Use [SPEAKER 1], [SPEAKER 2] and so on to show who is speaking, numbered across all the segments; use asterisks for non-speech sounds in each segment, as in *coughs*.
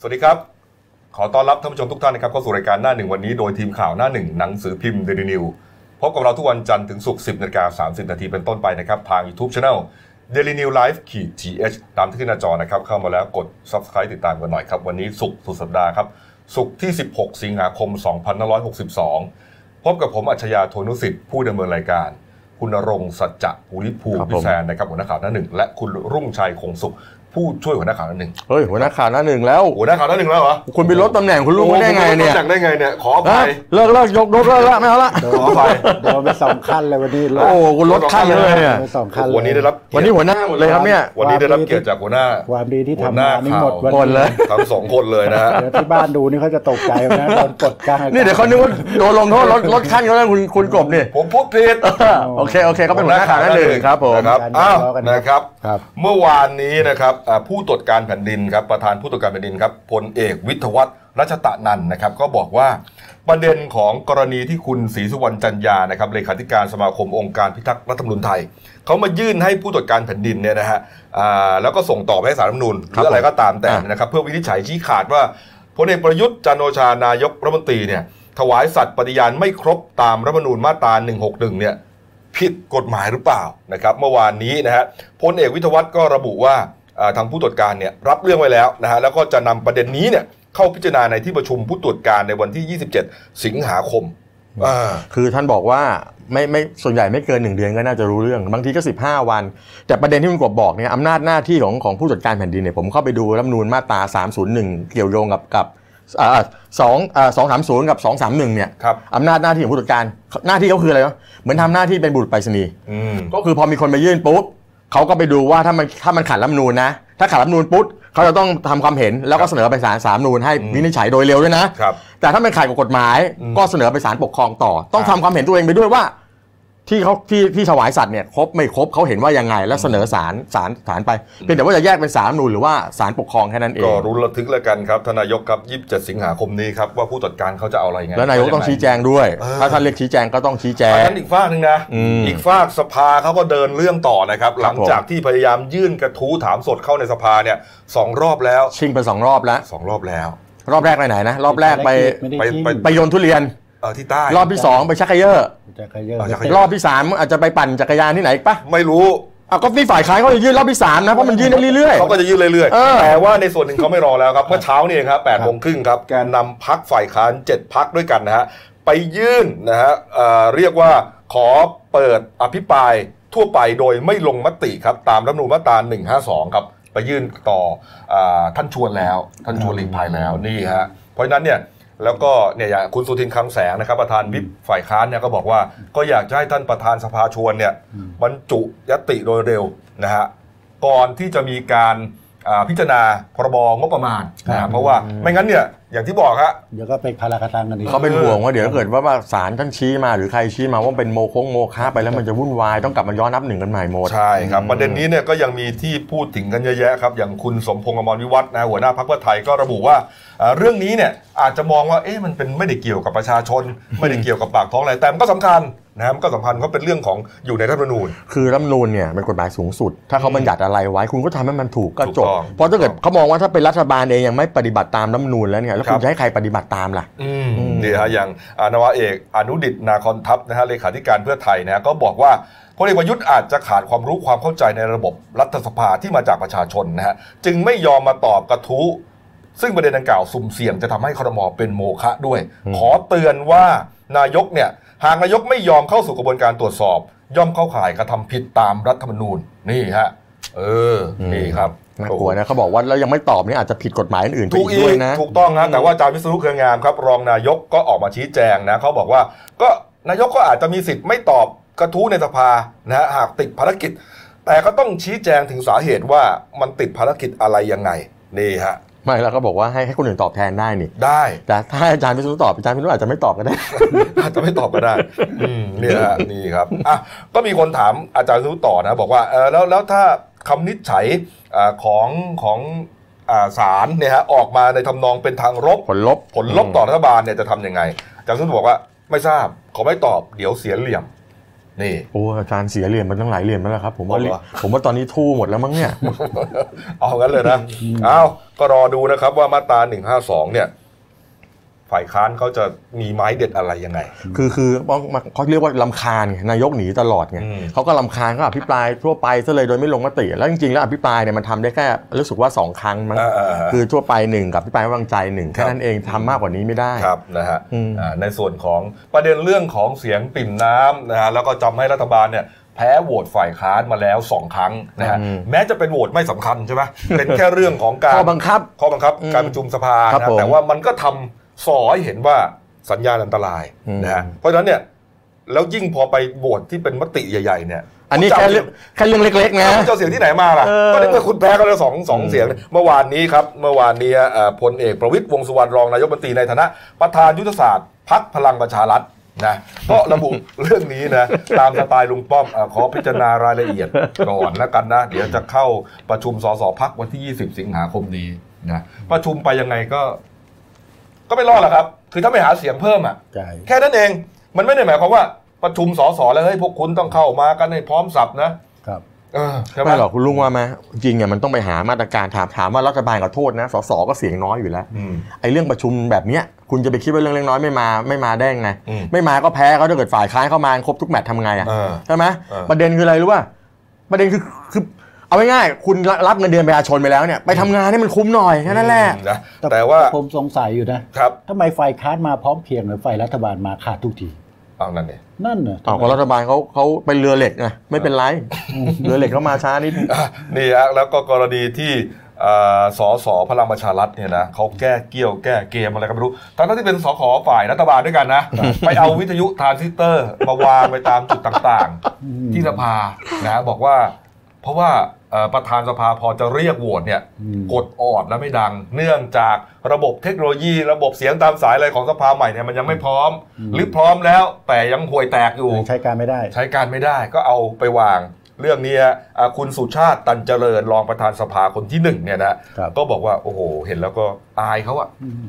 [SPEAKER 1] สวัสดีครับ ขอต้อนรับท่านผู้ชมทุกท่านนะครับเข้าสู่รายการหน้าหนึ่งวันนี้โดยทีมข่าวหน้าหนึ่งหนังสือพิมพ์เดลินิวพบกับเราทุกวันจันทร์ถึงศุกร์10นาฬิกา30 นาทีเป็นต้นไปนะครับ ทาง YouTube Channel Daily New Life ขีด th ตามที่ขึ้นหน้าจอนะครับ เข้ามาแล้วกด Subscribe ติดตามกันหน่อยครับ วันนี้ศุกร์สุดสัปดาห์ครับศุกร์ที่ 16 สิงหาคม 2562 พบกับผมอัจฉริยะโทนุสิทธิ์ผู้ดำเนินรายการ คุณณรงค์สัจจะภูริภูมิ
[SPEAKER 2] ครับผม
[SPEAKER 1] พิแซนนะครับหัวหน้าข่าวหน้าหนึ่งและคุณรุ่งชัยคงสุขผู้ช่วยหัวหน้าข่าวหน้าหนึ่ง
[SPEAKER 2] เฮ้ยหัวหน้าข่าวหน้าหนึ่งแล้ว
[SPEAKER 1] หัวหน้าข่าวหน้าหนึ่งแล้วเหรอ
[SPEAKER 2] คุณไปลดตำแหน่งคุณลุงไม่ได้ไงเนี่ย
[SPEAKER 1] จากได้ไงเนี่ย ขออภั
[SPEAKER 2] ฮะ
[SPEAKER 1] ย
[SPEAKER 2] เลิกเลิกยกยกเลิกละไม่เอาละ
[SPEAKER 1] ขออภัย
[SPEAKER 3] โดนไปสองขั้นเลยวันนี้
[SPEAKER 2] โอ้โหคุณลดขั้นเลยเนี่ย
[SPEAKER 3] โดนไปสองขั้นเลย
[SPEAKER 1] วันนี้ได้รับเกีย
[SPEAKER 2] วั
[SPEAKER 1] ร
[SPEAKER 2] น
[SPEAKER 1] ติ
[SPEAKER 2] นี้หัวหน้าหมดเลยครับเนี่ย
[SPEAKER 1] วันนี้ได้รับเกียรติจากหัวหน้า
[SPEAKER 3] ความดีที่
[SPEAKER 1] หัวห
[SPEAKER 3] ทำ
[SPEAKER 1] น้า
[SPEAKER 3] มานี่หมด
[SPEAKER 1] ข่าว
[SPEAKER 3] วั
[SPEAKER 2] หมด
[SPEAKER 3] น
[SPEAKER 2] เลย
[SPEAKER 1] ทั้งสองคนเลยนะฮะ
[SPEAKER 3] เดี๋ยวที่บ้านดูนี่เขาจะตกใจ
[SPEAKER 1] *laughs*
[SPEAKER 3] นะโดนกดกลางอากาศ
[SPEAKER 2] นี่เดี๋ยวเขานึกว่าโดนลงโทษลดลดขั้นเขาแล้วคุณคุณกบนี่
[SPEAKER 1] ผมพูดผิด
[SPEAKER 2] โอเคโอเคเขาเป็นหัวหน้าข่าวหน้าหนึ่งครับผม
[SPEAKER 1] นะครับอ้าวนะครับ
[SPEAKER 3] ครับ
[SPEAKER 1] เมื่อวานนี้นะครับอ่าผู้ตรวจการแผ่นดินครับประธานผู้ตรวจการแผ่นดินครับพลเอกวิทยวัฒน์รัชตะนันท์นะครับ ก็บอกว่าประเด็นของกรณีที่คุณศรีสุวรรณจันยานะครับเลขาธิการสมาคมองค์การพิทักษ์รัฐธรรมนูญไทยเขามายื่นให้ผู้ตรวจการแผ่นดินเนี่ยนะฮะอ่าแล้วก็ส่งต่อไปให้สารรัฐธรรมนูญห
[SPEAKER 2] ครั
[SPEAKER 1] รื
[SPEAKER 2] บ
[SPEAKER 1] ออะไรก็ตามแต่
[SPEAKER 2] อ่ะ
[SPEAKER 1] นะครับเพื่อวินิจฉัยชี้ขาดว่าพลเอกประยุทธ์จันทร์โอชานายกรัฐมนตรีเนี่ยถวายสัตย์ปฏิญาณไม่ครบตามรัฐธรรมนูญมาตรา161เนี่ย ผิดกฎหมายหรือเปล่านะครับเมื่อวานนี้นะฮะพลเอกวิทยวัฒน์ก็ระบุว่าเอ่อทางผู้ตรวจการเนี่ยรับเรื่องไว้แล้วนะฮะแล้วก็จะนำประเด็นนี้เนี่ยเข้าพิจารณาในที่ประชุมผู้ตรวจการในวันที่ 27 สิงหาคมอ่า
[SPEAKER 2] คือท่านบอกว่าไม่ไม่ส่วนใหญ่ไม่เกินหนึ่งเดือนก็น่าจะรู้เรื่อง บางทีก็ 15 วัน แต่ประเด็นที่คุณกบบอกเนี่ยอำนาจหน้าที่ของของผู้จัดการแผ่นดินเนี่ยผมเข้าไปดูรัฐธรรมนูญมาตรา 301 เกี่ยวโยงกับกับสองสองสามศูนย์กับ 231เนี่ย
[SPEAKER 1] ครับ
[SPEAKER 2] อำนาจหน้าที่ของผู้ตรวจการหน้าที่เขาคืออะไรวะเหมือนทำหน้าที่เป็นบุรุษไปรษณีย์
[SPEAKER 1] อืม
[SPEAKER 2] ก็คือพอมีคนมายื่นปุ๊บเขาก็ไปดูว่าถ้ามันถ้ามันขัดรัฐธรรมนูญนะ ถ้าขัดรัฐธรรมนูญปุ๊บเขาจะต้องทำความเห็นแล้วก็เสนอไปศาลสามนูญให้
[SPEAKER 1] อืม
[SPEAKER 2] วินิจฉัยโดยเร็วด้วยนะ
[SPEAKER 1] ครับ
[SPEAKER 2] แต่ถ้ามันขัดกับกฎหมาย
[SPEAKER 1] อืม
[SPEAKER 2] ก็เสนอไปศาลปกครองต่อ ต้อง
[SPEAKER 1] ครั
[SPEAKER 2] ทำ
[SPEAKER 1] บ
[SPEAKER 2] ความเห็นตัวเองไปด้วยว่า ที่เขาที่ที่ถวายสัตว์เนี่ยครบไม่ครบเขาเห็นว่ายังไง แล้วเสนอศาลศาลศาลไปเพียงแต่ว่าจะแยกเป็นศาลรัฐธรรมนูญหรือว่าศาลปกครองแค่นั้นเอ
[SPEAKER 1] ก็
[SPEAKER 2] ง
[SPEAKER 1] รุ้นระทึกแล้วกันครับทานนายกครับ 27 สิงหาคมนี้ครับว่าผู้ตรวจการเขาจะเอาอะไรไง
[SPEAKER 2] แล้วนายกต้องชี้แจงด้วย
[SPEAKER 1] เออ
[SPEAKER 2] ถ้าท่านเรียกชี้แจงก็ต้องชี้แจ
[SPEAKER 1] อัน
[SPEAKER 2] ง
[SPEAKER 1] นั้นอีกฝากหนึ่งนะ
[SPEAKER 2] อืม
[SPEAKER 1] อีกฝากสภาเขาก็เดินเรื่องต่อนะครับ หลัง
[SPEAKER 2] ผม
[SPEAKER 1] จากที่พยายามยื่นกระทู้ถามสดเข้าในสภาเนี่ยสองรอบแล้ว
[SPEAKER 2] ชิงไปสองรอบแล้ว
[SPEAKER 1] สองรอบแล้ว
[SPEAKER 2] รอบแรกไปไหนนะ รอบแรกไป
[SPEAKER 3] ม่ด้
[SPEAKER 1] ไป
[SPEAKER 3] ทิ้ง
[SPEAKER 1] ไป
[SPEAKER 2] ไปโยนทุเรียน
[SPEAKER 1] เอ่อที่ใต้
[SPEAKER 2] รอบที่ 2 ไปชักเขยอร์
[SPEAKER 3] จะขยับ
[SPEAKER 1] อ่าจะขยับ
[SPEAKER 2] รอบที่ 3 อาจจะไปปั่นจักรยานที่ไหนอีกปะ
[SPEAKER 1] ไม่รู้
[SPEAKER 2] อ่ะก็นี่ฝ่ายค้านเขาจะยื่นรอบที่ 3 นะ เพราะมันยื่นได้เรื่อย
[SPEAKER 1] เขาก็จะยื่นเรื่อย
[SPEAKER 2] เออ
[SPEAKER 1] ๆ แต่ว่าในส่วนหนึ่งเขาไม่รอแล้วครับ เมื่อเช้านี่เองครับแปดโมงครึ่งครับ แกนนำพักฝ่ายค้านเจ็ดพักด้วยกันนะฮะ ไปยื่นนะฮะเอ่อเรียกว่าขอเปิดอภิปรายทั่วไปโดยไม่ลงมติครับ ตามรัฐธรรมนูญมาตรา152 ครับ ไปยื่นต่ออาท่านชวนแล้ว ท่านชวนหลีกภัยแล้วนี่ฮะ เพราะฉะนั้นเนี่ย แล้วก็เนี่ยอย่างคุณสุทินคลังแสงนะครับประธานวิปฝ่ายค้านเนี่ยก็บอกว่า ก็อยากจะให้ท่านประธานสภาชวนเนี่ยบรรจุยติโดยเร็วนะฮะก่อนที่จะมีการอ่าพิจารณาพรบงบประมาณนะฮะเพราะว่าไม่งั้นเนี่ยอย่างที่บอกฮะ
[SPEAKER 3] เดี๋ยวก็ไปคาราคาตังกันอีก
[SPEAKER 2] เขาเป็นห่วงว่าเดี๋ยวเกิดว่าว่าศาลท่านชี้มาหรือใครชี้มาว่าเป็นโมโคงโมฆะไปแล้วมันจะวุ่นวายต้องกลับมาย้อนนับหนึ่งกันใหม่หมด
[SPEAKER 1] ใช่ครับ ประเด็นนี้เนี่ยก็ยังมีที่พูดถึงกันเยอะแยะครับ อย่างคุณสมพงษ์อมรวิวัฒน์นะหัวหน้าพรรคเพื่อไทยก็ระบุว่าเอ่อเรื่องนี้เนี่ยอาจจะมองว่าเอ๊ะมันเป็นไม่ได้เกี่ยวกับประชาชน ไม่ได้เกี่ยวกับปากท้องอะไรแต่มันก็สำคัญนะฮะมันก็สำคัญเพราะเป็นเรื่องของอยู่ในรัฐธรรมนูญ
[SPEAKER 2] คือรัฐธรรมนูญเนี่ยเป็นกฎหมายสูงสุด ถ้าเขาบัญญัติอะไรไว้คุณก็ทำให้มันถูกก็
[SPEAKER 1] ถูก
[SPEAKER 2] จ
[SPEAKER 1] ต้
[SPEAKER 2] บ
[SPEAKER 1] อง
[SPEAKER 2] เพราะถ้าเกิดเขามองว่าถ้าเป็นรัฐบาลเองยังไม่ปฏิบัติตามรัฐธรรมนูญแล้วเนี่ยแล้วคุ
[SPEAKER 1] ครั
[SPEAKER 2] ณ
[SPEAKER 1] บ
[SPEAKER 2] จะให้ใครปฏิบัติตามล่ะ
[SPEAKER 1] นี่ฮะอย่างอานวาเอกอนุดิตนาคอนทัพนะฮะเลขาธิการเพื่อไทยนะฮะก็บอกว่าพลเอกประยุทธ์อาจจะขาดความรู้ความเข้าใจในระบบรัฐสภาที่มาจากประชาชนนะฮะจึงไม่ยอมมาตอบกระทู้ ซึ่งประเด็นดังกล่าวสุ่มเสี่ยงจะทำให้ครมเป็นโมฆะด้วย ขอเตือนว่านายกเนี่ยหากนายกไม่ยอมเข้าสู่กระบวนการตรวจสอบ ย่อมเข้าข่ายกระทำผิดตามรัฐธรรมนูญนี่ฮะเอออ
[SPEAKER 2] ม
[SPEAKER 1] นี่ครับ
[SPEAKER 2] น่ากลัวนะเขาบอกว่าแล้วยังไม่ตอบเนี่ยอาจจะผิดกฎหมายอื่นๆไป
[SPEAKER 1] ถูก
[SPEAKER 2] อี
[SPEAKER 1] อีก
[SPEAKER 2] กด้วยนะ
[SPEAKER 1] ถูกต้องนะแต่ว่าอาจารย์วิศนุเครืองามครับ รองนายกก็ออกมาชี้แจงนะเขาบอกว่า ก็นายกก็อาจจะมีสิทธิ์ไม่ตอบกระทู้ในสภานะฮะหากติดภารกิจ แต่ก็ต้องชี้แจงถึงสาเหตุว่ามันติดภารกิจอะไรยังไงนี่ฮะ
[SPEAKER 2] ไม่แล้วก็บอกว่าให้ให้คนอื่นตอบแทนได้นี่
[SPEAKER 1] ได้
[SPEAKER 2] แต่ถ้าอาจารย์พิษณุตอบอาจารย์พิษณุอาจจะไม่ตอบก็ได้
[SPEAKER 1] อาจจะไม่ตอบก็ได้อืมเนี่ยฮะนี่ครับอ่ะก็มีคนถามอาจารย์รู้ต่อนะ บอกว่าเออแล้วแล้วถ้าคำวินิจฉัยอ่าของของอ่าศาลเนี่ยฮะออกมาในทำนองเป็นทางรบ
[SPEAKER 2] ผลลบ
[SPEAKER 1] ผลลบต่อรัฐบาลเนี่ยจะทำยังไงอาจารย์สุนบอกว่าไม่ทราบขอไม่ตอบเดี๋ยวเสียเหลี่ยม นี่
[SPEAKER 2] โอ้อาจารย์เสียเหรียญมันตั้งหลายเหรียญมาแล้วครับผม
[SPEAKER 1] เอา
[SPEAKER 2] ว่า
[SPEAKER 1] เหรอ
[SPEAKER 2] ผมว่าตอนนี้ทู่หมดแล้วมั้งเนี่ย
[SPEAKER 1] เอางั้นเลยนะ เอาก็รอดูนะครับว่ามาตรา 152 เนี่ย ฝ่ายค้านเขาจะมีไม้เด็ดอะไรยังไง
[SPEAKER 2] คือคือต้องมาเขาเรียกว่าลำคาญไงนายกหนีตลอดไง
[SPEAKER 1] อืม
[SPEAKER 2] เขาก็ลำคาญก็อภิปรายทั่วไปซะเลยโดยไม่ลงมติแล้วจริงๆแล้วอภิปรายเนี่ยมันทำได้แค่รู้สึกว่าสองครั้งมั้ง
[SPEAKER 1] อ่า
[SPEAKER 2] คือทั่วไปหนึ่งกับอภิปรายไม่วางใจหนึ่ง
[SPEAKER 1] ครั
[SPEAKER 2] แค่
[SPEAKER 1] บ
[SPEAKER 2] นั้นเองทำมากกว่านี้ไม่ได้
[SPEAKER 1] ครับนะฮะ
[SPEAKER 2] อืม
[SPEAKER 1] อ่าในส่วนของประเด็นเรื่องของเสียงปริ่มน้ำนะฮะแล้วก็จำให้รัฐบาลเนี่ยแพ้โหวตฝ่ายค้านมาแล้ว 2 ครั้งนะฮะแม้จะเป็นโหวตไม่สำคัญใช่ไหม เป็นแค่เรื่องของการ
[SPEAKER 2] ข้อบังคับ
[SPEAKER 1] ข้อบังคับ
[SPEAKER 2] อืม
[SPEAKER 1] การประชุมสภา
[SPEAKER 2] ครับ
[SPEAKER 1] นะ
[SPEAKER 2] ผม
[SPEAKER 1] แต่ว่ามันก็ทำสอให้เห็นว่าสัญญาณอันตราย
[SPEAKER 2] อืม
[SPEAKER 1] นะฮะเพราะฉะนั้นเนี่ยแล้วยิ่งพอไปโหวตที่เป็นมติใหญ่ๆเนี่ย
[SPEAKER 2] อันนี้
[SPEAKER 1] คุณจะเา
[SPEAKER 2] แค่เรื่องแค่เรื่องเล็กๆนะ
[SPEAKER 1] คุณจะเอาเสียงที่ไหนมาล่ะ
[SPEAKER 2] เออ
[SPEAKER 1] ก็ได้เมื่อคุณแพ้ก็เลยสองสองเสียงเลยเมื่อวานนี้ครับเมื่อวานนี้เอ่อพลเอกประวิตยวงษ์สุวรรณรองนายกบัญชีในฐานะ ประธานยุทธศาสตร์พักพลังประชารัฐนะ *laughs* ก็ระบุ เรื่องนี้นะตามสไตล์ลุงป้อมเอ่อขอพิจารณารายละเอียดก่อนแล้วกันนะ เดี๋ยวจะเข้าประชุมสสพักวันที่ 20 สิงหาคมนี้นะประชุมไปยังไงก็ ก็ไม่รอดหรอกครับ คือถ้าไม่หาเสียงเพิ่มอ่ะ
[SPEAKER 3] ใช่
[SPEAKER 1] แค่นั้นเอง มันไม่ได้หมายความว่าประชุมสสแล้วเฮ้ยพวกคุณต้องเข้ามากันให้พร้อมสับนะครับ เออใช่ไหม
[SPEAKER 2] ไม่หรอกคุณลุงว่าไหมจริงอ่ะมันต้องไปหามาตรการถามถามว่ารัฐบาลขอโทษนะสสก็เสียงน้อยอยู่แล้ว
[SPEAKER 1] อืม
[SPEAKER 2] ไอ้เรื่องประชุมแบบเนี้ยคุณจะไปคิดว่าเรื่องเล็กน้อยไม่มาไม่มาได้ไง
[SPEAKER 1] อืม
[SPEAKER 2] ไม่มาก็แพ้เขาถ้าเกิดฝ่ายค้านเข้ามาครบทุกแมตช์ทำไงอ่ะ
[SPEAKER 1] เออ
[SPEAKER 2] ใช่ไหม
[SPEAKER 1] เออ
[SPEAKER 2] ประเด็นคืออะไรรู้ป่ะประเด็นคือคือเอาง่ายๆคุณรับเงินเดือนประชาชนไปแล้วเนี่ยไปทำงานให้มันคุ้มหน่อยแค่นั้นแหละ
[SPEAKER 1] อืมนะแต่ว่า
[SPEAKER 3] ผมสงสัยอยู่นะครับทำไมฝ่ายค้านมาพร้อมเพรียงหรือฝ่ายรัฐบาลมาขาดทุกที
[SPEAKER 1] เอานั่นเนี่ย
[SPEAKER 3] นั่นน่ะ
[SPEAKER 2] ต่อก็รัฐบาลเขาเขาเป็นเรือเหล็กไงไม่เป็นไรเรือเหล็กเขามาช้านิด
[SPEAKER 1] นี่ฮะแล้วก็กรณีที่อ่าสสพลังประชารัฐเนี่ยนะเขาแก้เกี่ยวแก้เกมอะไรก็ไม่รู้ทั้งที่เป็นสขฝ่ายรัฐบาลด้วย
[SPEAKER 2] *laughs*
[SPEAKER 1] กันนะ ไปเอาวิทยุทรานซิสเตอร์มาวางไปตามจุดต่างๆ ที่สภานะบอกว่า เพราะว่าเอ่อประธานสภาพอจะเรียกโหวตเนี่ย
[SPEAKER 3] อืม
[SPEAKER 1] กดออดแล้วไม่ดัง เนื่องจากระบบเทคโนโลยี ระบบเสียงตามสายอะไรของสภาใหม่เนี่ยมันยังไม่พร้อม
[SPEAKER 3] อืม
[SPEAKER 1] หรือพร้อมแล้วแต่ยังห่วยแตกอยู่
[SPEAKER 3] ใช้การไม่ได้
[SPEAKER 1] ใช้การไม่ได้ก็เอาไปวาง เรื่องนี้ฮะอ่าคุณสุชาติตันเจริญรองประธานสภาคนที่หนึ่งเนี่ยนะครับ ก็บอกว่า โอ้โห เห็นแล้วก็อายเขาอะ
[SPEAKER 3] อืม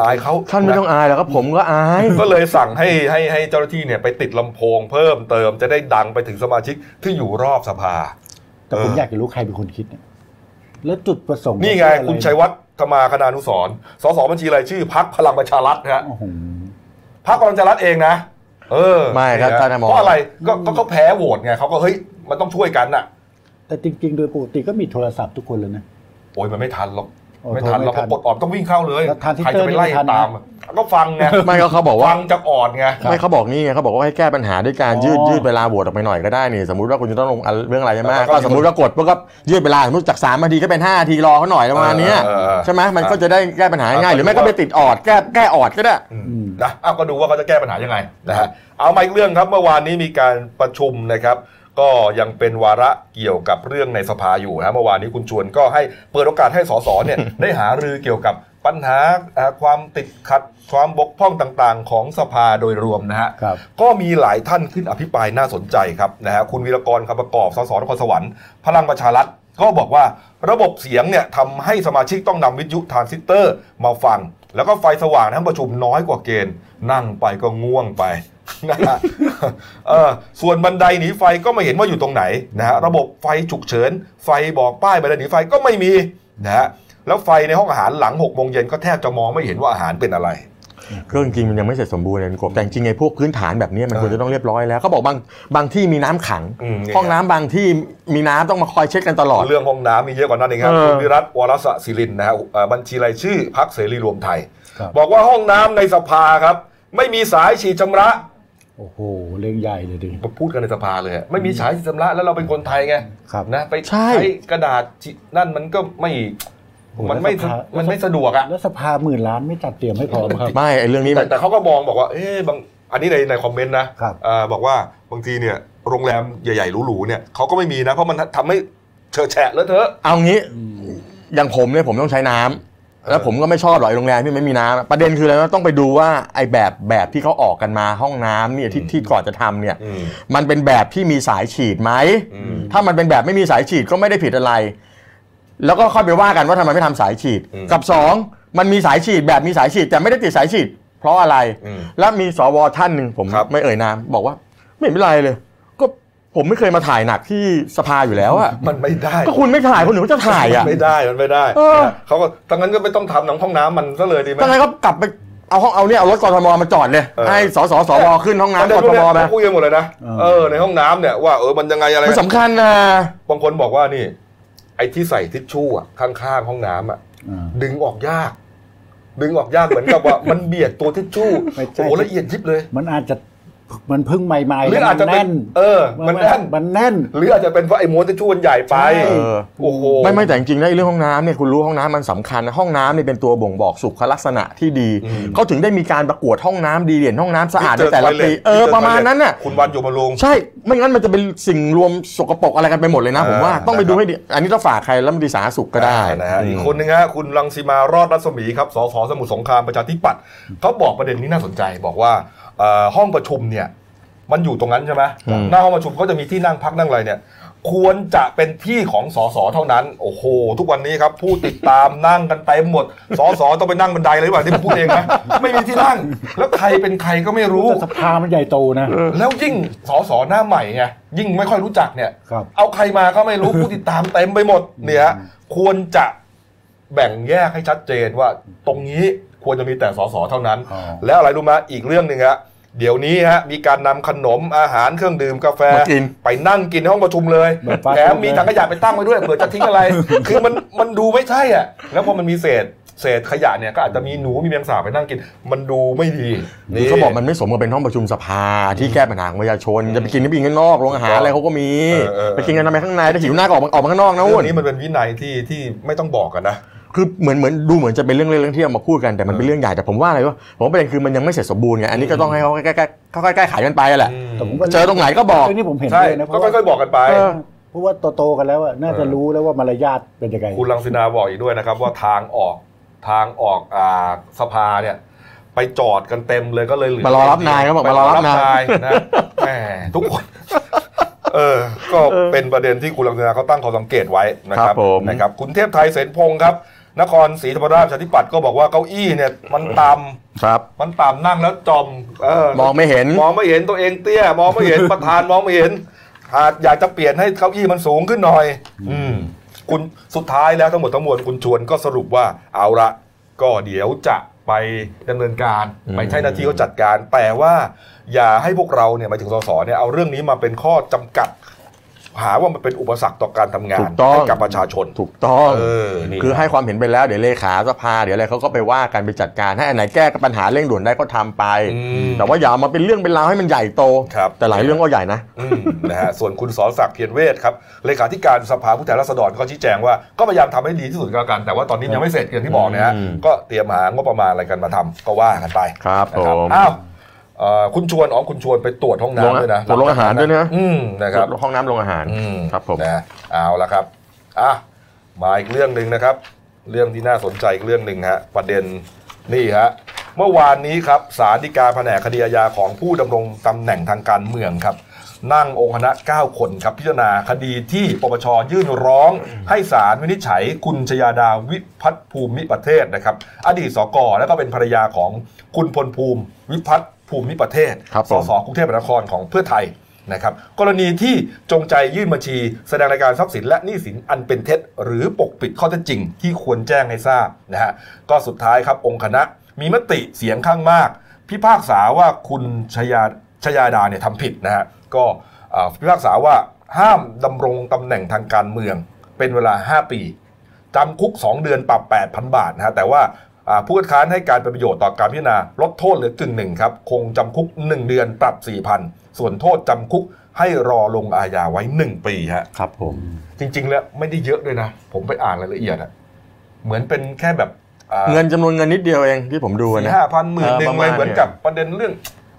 [SPEAKER 1] อายเขา
[SPEAKER 2] ท่านไม่ต้องอายหรอกครับผมก็อาย
[SPEAKER 1] *laughs* ก็เลยสั่งให้ให้ให้เจ้าหน้าที่เนี่ยไปติดลำโพงเพิ่มเติมจะได้ดังไปถึงสมาชิกที่อยู่รอบสภา
[SPEAKER 3] แต่ผม
[SPEAKER 1] เอออ
[SPEAKER 3] อยากจะรู้ใครเป็นคนคิดเนี่ยแล้วจุดประสงค์
[SPEAKER 1] นี่ไง
[SPEAKER 3] ขออะร
[SPEAKER 1] คุณชัยวัฒน์ธมาคณานุสรณ์สสบัญชีรายชื่อพักพลังประชารัฐนะฮะ
[SPEAKER 3] โอ้โห
[SPEAKER 1] พรรคพลังประชารัฐเองนะ เออ
[SPEAKER 2] ไม่ครับ
[SPEAKER 1] นี่นะ
[SPEAKER 2] ท่านมอง
[SPEAKER 1] เพราะอะไรก็ก็เขาแพ้โหวตไงเขาก็เฮ้ยมันต้องช่วยกันน่ะ
[SPEAKER 3] แต่จริง ๆ โดยปกติก็มีโทรศัพท์ทุกคนเลยนะ
[SPEAKER 1] โอ้ยมันไม่ทันหรอก
[SPEAKER 3] โอ้ย
[SPEAKER 1] ไม่ทัน
[SPEAKER 3] โทรไม่
[SPEAKER 1] หรอก
[SPEAKER 3] ทั
[SPEAKER 1] เขา
[SPEAKER 3] น
[SPEAKER 1] ปลดออกต้องวิ่งเข้าเลย
[SPEAKER 3] แล้วทาง
[SPEAKER 1] ใครจะไปไล่
[SPEAKER 3] ทวิตเตอร์นี่ไม่ทันนะ
[SPEAKER 1] ตามอ่ะก็ฟังไง
[SPEAKER 2] ไม่ก็เขาบอกว่า
[SPEAKER 1] ฟังจากอ่อนไง
[SPEAKER 2] ไม่เขาบอกนี่ไงเขาบอกว่าให้แก้ปัญหาด้วยการยืด
[SPEAKER 3] อ๋อ
[SPEAKER 2] ยืดเวลาโหวตออกไปหน่อยก็ได้นี่สมมติว่าคุณจะต้องลงอันเรื่องอะไรใช่ไหม
[SPEAKER 1] แล้วก็
[SPEAKER 2] ก็สมมติว่ากดปุ๊บก็ยืดเวลาสมมติจากสามนาทีก็เป็นห้านาทีรอเขาหน่อยประมาณเนี้ย
[SPEAKER 1] เออเออเออ
[SPEAKER 2] ใช่ไหมมันก็จะได้แก้ปัญหาง่ายหรือไม่ก็ไปติดออดแก้แก้ออดก็ได้
[SPEAKER 1] อืม นะเอาก็ดูว่าเขาจะแก้ปัญหายังไงนะฮะเอามาอีกเรื่องครับเมื่อวานนี้มีการประชุมนะครับ ก็ยังเป็นวาระเกี่ยวกับเรื่องในสภาอยู่นะเมื่อวานนี้คุณชวนก็ให้เปิดโอกาสให้สส
[SPEAKER 3] *laughs*
[SPEAKER 1] เนี่ย ได้หารือเกี่ยวกับปัญหาเอ่อความติดขัดความบกพร่องต่างๆ ของสภาโดยรวมนะฮะ
[SPEAKER 3] ครับ
[SPEAKER 1] ก็มีหลายท่านขึ้นอภิปรายน่าสนใจครับนะฮะคุณวีรกรคำประกอบสสนครสวรรค์พลังประชารัฐก็บอกว่าระบบเสียงเนี่ยทำให้สมาชิกต้องนำวิทยุทรานซิสเตอร์มาฟัง แล้วก็ไฟสว่างทั้งประชุมน้อยกว่าเกณฑ์ นั่งไปก็ง่วงไปนะฮะเออส่วนบันไดหนีไฟก็ไม่เห็นว่าอยู่ตรงไหนนะฮะระบบไฟฉุกเฉิน ไฟบอกป้ายบันไดหนีไฟก็ไม่มีนะฮะแล้วไฟในห้องอาหารหลัง6กโมงเย็นก็แทบจะมองไม่เห็นว่าอาหารเป็นอะไร
[SPEAKER 2] เครื่องจริงมันยังไม่เสร็จสมบูรณ์เลยคุณกบแต่จริงๆไอ้พวกพื้นฐานแบบเนี้ยมัน
[SPEAKER 1] เออ
[SPEAKER 2] ควรจะต้องเรียบร้อยแล้วเขาบอกบางบางที่มีน้ำขัง
[SPEAKER 1] อืมนี่
[SPEAKER 2] ห้องน้ำบางที่มีน้ำต้องมาคอยเช็คกันตลอด
[SPEAKER 1] เรื่องห้องน้ำมีเยอะกว่านั้นเองครับ
[SPEAKER 2] เออ
[SPEAKER 1] คุณวิรัตวรสศิรินทร์นะฮะเอ่อบัญชีรายชื่อพักเสรีรวมไทย
[SPEAKER 3] ครับ
[SPEAKER 1] บอกว่าห้องน้ำในสภาครับ ไม่มีสายฉีดชำระ
[SPEAKER 3] โอ้โห เรื่องใหญ่เลยดิ
[SPEAKER 1] พูดกันในสภาเลยอะไม่มีสายฉีดชำระแล้วเราเป็นคนไทยไง
[SPEAKER 3] ครับ
[SPEAKER 1] นะไป
[SPEAKER 2] ใช่
[SPEAKER 1] ใช้กระดาษฉีดนั่นมันก็ไม่มันไม่
[SPEAKER 3] แล้วสภา
[SPEAKER 1] มันไม่สะดวกอะ
[SPEAKER 3] แล้วสภาหมื่นล้านไม่จัดเตรียมให้พร้อมครับ
[SPEAKER 2] ไม่ไอ้เรื่องนี้มั
[SPEAKER 1] แต่
[SPEAKER 2] น
[SPEAKER 1] แต่เขาก็มองบอกว่าเอ๊ะบางอันนี้ในในคอมเมนต์นะครับ เอ่อบอกว่าบางทีเนี่ยโรงแรมใหญ่ๆหรูๆเนี่ยเขาก็ไม่มีนะเพราะมันทำให้เฉอะแฉะเลอะเทอะ
[SPEAKER 2] เอางี้อย่างผมเนี่ยผมต้องใช้น้ำแล้วผมก็ไม่ชอบหรอกไอ้โรงแรมที่ไม่มีน้ำประเด็นคืออะไรนะต้องไปดูว่าไอ้แบบแบบที่เขาออกกันมาห้องน้ำเนี่ยที่ที่ก่อนจะทำเนี่ย
[SPEAKER 1] อืม
[SPEAKER 2] มันเป็นแบบที่มีสายฉีดไหม
[SPEAKER 1] อืม
[SPEAKER 2] ถ้ามันเป็นแบบไม่มีสายฉีดก็ไม่ได้ผิดอะไร แล้วก็ค่อยไปว่ากันว่าทำไมไม่ทำสายฉีด
[SPEAKER 1] อืม
[SPEAKER 2] กับสองมันมีสายฉีดแบบมีสายฉีดแต่ไม่ได้ติดสายฉีด เพราะอะไร
[SPEAKER 1] อืม
[SPEAKER 2] และมีสวท่านหนึ่งผม
[SPEAKER 1] ครับ
[SPEAKER 2] ไม่เอ่ยนามบอกว่า ไม่เป็นไรเลย ผมไม่เคยมาถ่ายหนักที่สภาอยู่แล้วอะ
[SPEAKER 1] มันไม่ได้
[SPEAKER 2] ก็คุณไม่ถ่ายคนอื่นก็จะถ่ายอะ
[SPEAKER 1] ไม่ได้มันไม่ได้
[SPEAKER 2] เออ
[SPEAKER 1] เขาก็ทั้งนั้นก็ไม่ต้องทำหนังห้องน้ำมันซะเลยดีไหม
[SPEAKER 2] ตอนนั้นก็กลับไปเอาห้องเอาเนี่ยเอารถกทมมาจอดเลย
[SPEAKER 1] เออ
[SPEAKER 2] ให้สสสวขึ้นห้อง
[SPEAKER 1] ประเด็น
[SPEAKER 2] น้ำก
[SPEAKER 1] พว
[SPEAKER 2] ท
[SPEAKER 1] ก
[SPEAKER 2] ม
[SPEAKER 1] เนี้ย
[SPEAKER 2] ไป
[SPEAKER 1] เขาคุยกันหมดเลยนะเออในห้องน้ำเนี่ยว่าเออมันยังไงอะไร
[SPEAKER 2] มันสำคัญนะ
[SPEAKER 1] บางคนบอกว่านี่ ไอ้ที่ใส่ทิชชู่อะข้างๆห้องน้ำอะ
[SPEAKER 3] อ่า
[SPEAKER 1] ดึงออกยาก ดึงออกยากเหมือนกับ
[SPEAKER 2] *laughs*
[SPEAKER 1] ว่า มันเบียดตัวทิชชู่
[SPEAKER 3] ไม่ใช่
[SPEAKER 1] โอ้โหละเอียดยิบเลย
[SPEAKER 3] มันอาจจะมันเพึ่งใหม่ๆ
[SPEAKER 1] หรืออาจจะ
[SPEAKER 3] แล้ว
[SPEAKER 1] เป็
[SPEAKER 3] มันแน่
[SPEAKER 1] น
[SPEAKER 3] น
[SPEAKER 1] เออ มันแน่น
[SPEAKER 3] มันแน่น
[SPEAKER 1] หรืออาจจะเป็นเพราะไอ้ม้วนทิชชู่มันใหญ่ไป
[SPEAKER 3] ใช่
[SPEAKER 2] เออ
[SPEAKER 1] โอ้โห
[SPEAKER 2] ไม่ไม่แต่จริงๆนะไอ้เรื่องห้องน้ำเนี่ยคุณรู้ห้องน้ำมันสำคัญนะห้องน้ำเนี่ยเป็นตัวบ่งบอกสุขลักษณะที่ดีเขาถึงได้มีการประกวดห้องน้ำดีเด่นห้องน้ำสะอาดในแต่ละ
[SPEAKER 1] เจ
[SPEAKER 2] ปี
[SPEAKER 1] ย
[SPEAKER 2] เออประมาณนั้นน่ะ
[SPEAKER 1] คุณวันอยู่บำรุง
[SPEAKER 2] ใช่ไม่งั้นมันจะเป็นสิ่งรวมสกปรกอะไรกันไปหมดเลยนะ ผมว่า
[SPEAKER 1] เออ
[SPEAKER 2] ต้องไป
[SPEAKER 1] นะครับ
[SPEAKER 2] ดูให้ดีอันนี้ต้องฝากใครแล้วมันดีสาธารณสุขก็ได้
[SPEAKER 1] อ่านะฮะ
[SPEAKER 2] อืม
[SPEAKER 1] อีกคนนึงฮะคุณรังสีมารอดรัศมีครับสสสมุทรสงครามประชาธิปัตย์เขาบอกประเด็นนี้น่าสนใจบอกว่าเอ่อห้องประชุมเนี่ยมันอยู่ตรงนั้นใช่ไหม
[SPEAKER 2] อืม
[SPEAKER 1] หน้าห้องประชุมก็จะมีที่นั่งพักนั่งอะไรเนี่ยควรจะเป็นที่ของสสเท่านั้น โอ้โห ทุกวันนี้ครับผู้ติดตามนั่งกันเต็มหมดสสต้องไปนั่งบันไดเลยหรือเปล่าที่ผมพูดเองนะไม่มีที่นั่ง แล้วใครเป็นใครก็ไม่รู้
[SPEAKER 3] สภามันใหญ่โตนะ
[SPEAKER 1] แล้วยิ่งสอสอหน้าใหม่ไงยิ่งไม่ค่อยรู้จักเนี่ย
[SPEAKER 3] ครับ
[SPEAKER 1] เอาใครมาก็ไม่รู้
[SPEAKER 3] *laughs*
[SPEAKER 1] ผู้ติดตามเต็มไปหมดเนี่ยควรจะแบ่งแยกให้ชัดเจนว่าตรงนี้ควรจะมีแต่สอสอเท่านั้น
[SPEAKER 3] อ๋อ
[SPEAKER 1] แล้วอะไรรู้ไหมอีกเรื่องหนึ่งฮะเดี๋ยวนี้ฮะมีการนำขนมอาหารเครื่องดื่มกาแฟ
[SPEAKER 2] มากิน
[SPEAKER 1] ไปนั่งกินในห้องประชุมเลย
[SPEAKER 3] แบบฟาสต์
[SPEAKER 1] แถม
[SPEAKER 3] ฟู้ด
[SPEAKER 1] มี
[SPEAKER 3] เลย
[SPEAKER 1] ถังขยะไปตั้งไว้ด้วยเผื่อจะทิ้งอะไร
[SPEAKER 3] *laughs*
[SPEAKER 1] คือมันมันดูไม่ใช่อ่ะแล้วพอมันมีเศษเศษขยะเนี่ยก็อาจจะมีหนูมีแมงสาบไปนั่งกิน มันดูไม่ดีนี่
[SPEAKER 2] เขาบอกมันไม่สมกับเป็นห้องประชุมสภาที่แก้ปัญหาของประชาชนจะไปกินก็ไปกินข้างนอกโรงอาหารอะไรเขาก็มี
[SPEAKER 1] เออเออ
[SPEAKER 2] ไปกินกันทำไมข้างในถ้าหิวหน้าก็ออกมาออกมาข้างนอกนะ
[SPEAKER 1] เรื่
[SPEAKER 2] อ้ว
[SPEAKER 1] อน งนี้มันเป็นวินัยที่ที่ไม่ต้องบอกกันนะ
[SPEAKER 2] คือเหมือนเหมือนดูเหมือนจะเป็นเรื่องเล็กเรื่องที่เอามาพูดกันแต่มันเป็นเรื่องใหญ่แต่ผมว่าอะไรวะผมว่าประเด็นคือมันยังไม่เสร็จสมบูรณ์ไงอันนี้ก็ต้องให้เขาใกล้ๆเขาใกล้ๆขายกันไปแหละ
[SPEAKER 3] แต่ผมว่า
[SPEAKER 2] เจอตรงไหนก็บอก
[SPEAKER 3] เรื่องนี้ผมเห็น
[SPEAKER 1] ใช่
[SPEAKER 3] ด้วยนะเพ
[SPEAKER 1] ก็
[SPEAKER 3] ราะว่า
[SPEAKER 1] ค่อยๆบอกกันไป
[SPEAKER 2] เออ
[SPEAKER 3] เพราะว่าโตๆกันแล้วอะน่าจะรู้แล้วว่ามารยาทเป็นยังไง
[SPEAKER 1] คุณลังสินาบอกอีกด้วยนะครับ ว่าทางออกทางออกอ่าสภาเนี่ย ไปจอดกันเต็มเลยก็เลยเหลื
[SPEAKER 2] มารอรับนายเขาบอกมารอรับนาย
[SPEAKER 1] นะแหมทุกคน เออ ก็เป็นประเด็นที่คุณลังสินาเขาตั้งข้อสังเกตไว้นะครับ
[SPEAKER 2] ครับผม
[SPEAKER 1] นะครับ คุณเทพไทยเสนพงศ์ครับ นครศรีธรรมราชประชาธิปัตย์ก็บอกว่าเก้าอี้เนี่ยมันต่
[SPEAKER 2] ครับ
[SPEAKER 1] ำมันต่ำนั่งแล้วจอมเออ
[SPEAKER 2] มองไม่เห็น
[SPEAKER 1] มองไม่เห็นตัวเองเตี้ย มองไม่
[SPEAKER 2] *laughs*
[SPEAKER 1] เห็น ประธานมองไม่เห็นหากอยากจะเปลี่ยนให้เก้าอี้มันสูงขึ้นหน่อย อืมคุณสุดท้ายแล้วทั้งหมดทั้งมวลคุณชวนก็สรุปว่าเอาละก็เดี๋ยวจะไปดำเนินการ
[SPEAKER 2] อืม
[SPEAKER 1] ไปใช้หน้าที่เขาจัดการ แต่ว่าอย่าให้พวกเราเนี่ยหมายถึงสสเนี่ยเอาเรื่องนี้มาเป็นข้อจำกัด หาว่ามันเป็นอุปสรรคต่อการทำงาน
[SPEAKER 2] ถูกต้อง
[SPEAKER 1] ให้กับประชาชน
[SPEAKER 2] ถูกต้อง
[SPEAKER 1] เออนี่
[SPEAKER 2] คือให้ความเห็นไปแล้วเดี๋ยวเลขาสภาเดี๋ยวอะไรเขาก็ไปว่ากันไปจัดการให้อันไหนแก้ปัญหาเร่งด่วนได้ก็ทำไป
[SPEAKER 1] อืม
[SPEAKER 2] แต่ว่าอย่าเอามาเป็นเรื่องเป็นราวให้มันใหญ่โต
[SPEAKER 1] ครับ
[SPEAKER 2] แต่หลายเรื่องก็ใหญ่นะ
[SPEAKER 1] อืมนะฮะส่วนคุณสอนศักดิ์เพียรเวทครับเลขาธิการสภาผู้แทนราษฎรก็ชี้แจงว่าก็พยายามทำให้ดีที่สุดก็แล้วกัน แต่ว่าตอนนี้ยังไม่เสร็จอย่างที่บอกนะฮะ
[SPEAKER 2] อืม
[SPEAKER 1] ก็เตรียมหางบประมาณอะไรกันมาทำก็ว่ากันไป
[SPEAKER 2] ครับ
[SPEAKER 1] นะ
[SPEAKER 2] ผม
[SPEAKER 1] อ้าวเอ่อคุณชวนอ๋อคุณชวนไปตรวจห้อง
[SPEAKER 2] ลง
[SPEAKER 1] น้ำด้วยนะ
[SPEAKER 2] ตรวจโรงอาหารด้วยนะ
[SPEAKER 1] อืมนะครับ
[SPEAKER 2] ห้องน้ำโรงอาหาร
[SPEAKER 1] อืม
[SPEAKER 2] ครับผม
[SPEAKER 1] นะเอาละครับอ่ะมาอีกเรื่องหนึ่งนะครับ เรื่องที่น่าสนใจอีกเรื่องหนึ่งฮะประเด็นนี่ฮะเมื่อวานนี้ครับสารฎีกาแผนกคดีอาญาของผู้ดำรงตำแหน่งทางการเมืองครับ นั่งองค์คณะ 9 คนครับพิจารณาคดีที่ปปชยื่นร้อง ให้ศาลวินิจฉัยคุณชยาดาวิพัฒน์ภูมิประเทศนะครับ อดีตสกและก็เป็นภรรยาของคุณพลภูมิวิพัฒน์ภูมิประเทศ
[SPEAKER 2] ครับ
[SPEAKER 1] ส
[SPEAKER 2] ผม
[SPEAKER 1] ส ของกรุงเทพมหานครของเพื่อไทยนะครับกรณีที่จงใจยื่นบัญชี แสดงรายการทรัพย์สินและหนี้สินอันเป็นเท็จ หรือปกปิดข้อเท็จจริงที่ควรแจ้งให้ทราบนะฮะก็สุดท้ายครับองค์คณะมีมติเสียงข้างมาก พิพากษาว่าคุณชยาชยาดาเนี่ยทำผิดนะฮะก็เอ่อพิพากษาว่าห้ามดำรงตำแหน่งทางการเมืองเป็นเวลา 5 ปี จำคุก 2 เดือนปรับ 8,000 บาทนะฮะแต่ว่าอ่าผู้คัดค้านให้การเป็นประโยชน์ต่อการพิจารณาลดโทษเหลือกึ่งหนึ่งครับ คงจำคุก 1 เดือนปรับ 4,000 ส่วนโทษจำคุกให้รอลงอาญาไว้ 1 ปีฮะ
[SPEAKER 2] ครับผม
[SPEAKER 1] จริง ๆ แล้วไม่ได้เยอะด้วยนะ ผมไปอ่านรายละเอียดอะเหมือนเป็นแค่แบบอ่า
[SPEAKER 2] เงินจำนวนเงินนิดเดียวเองที่ผมดู
[SPEAKER 1] สี่
[SPEAKER 2] นะ
[SPEAKER 1] ห้าพันหมื่นหนึ่ง
[SPEAKER 2] ประ
[SPEAKER 1] เล
[SPEAKER 2] มาณ
[SPEAKER 1] ยเหมือน
[SPEAKER 2] เนี่ย
[SPEAKER 1] กับประเด็นเรื่อง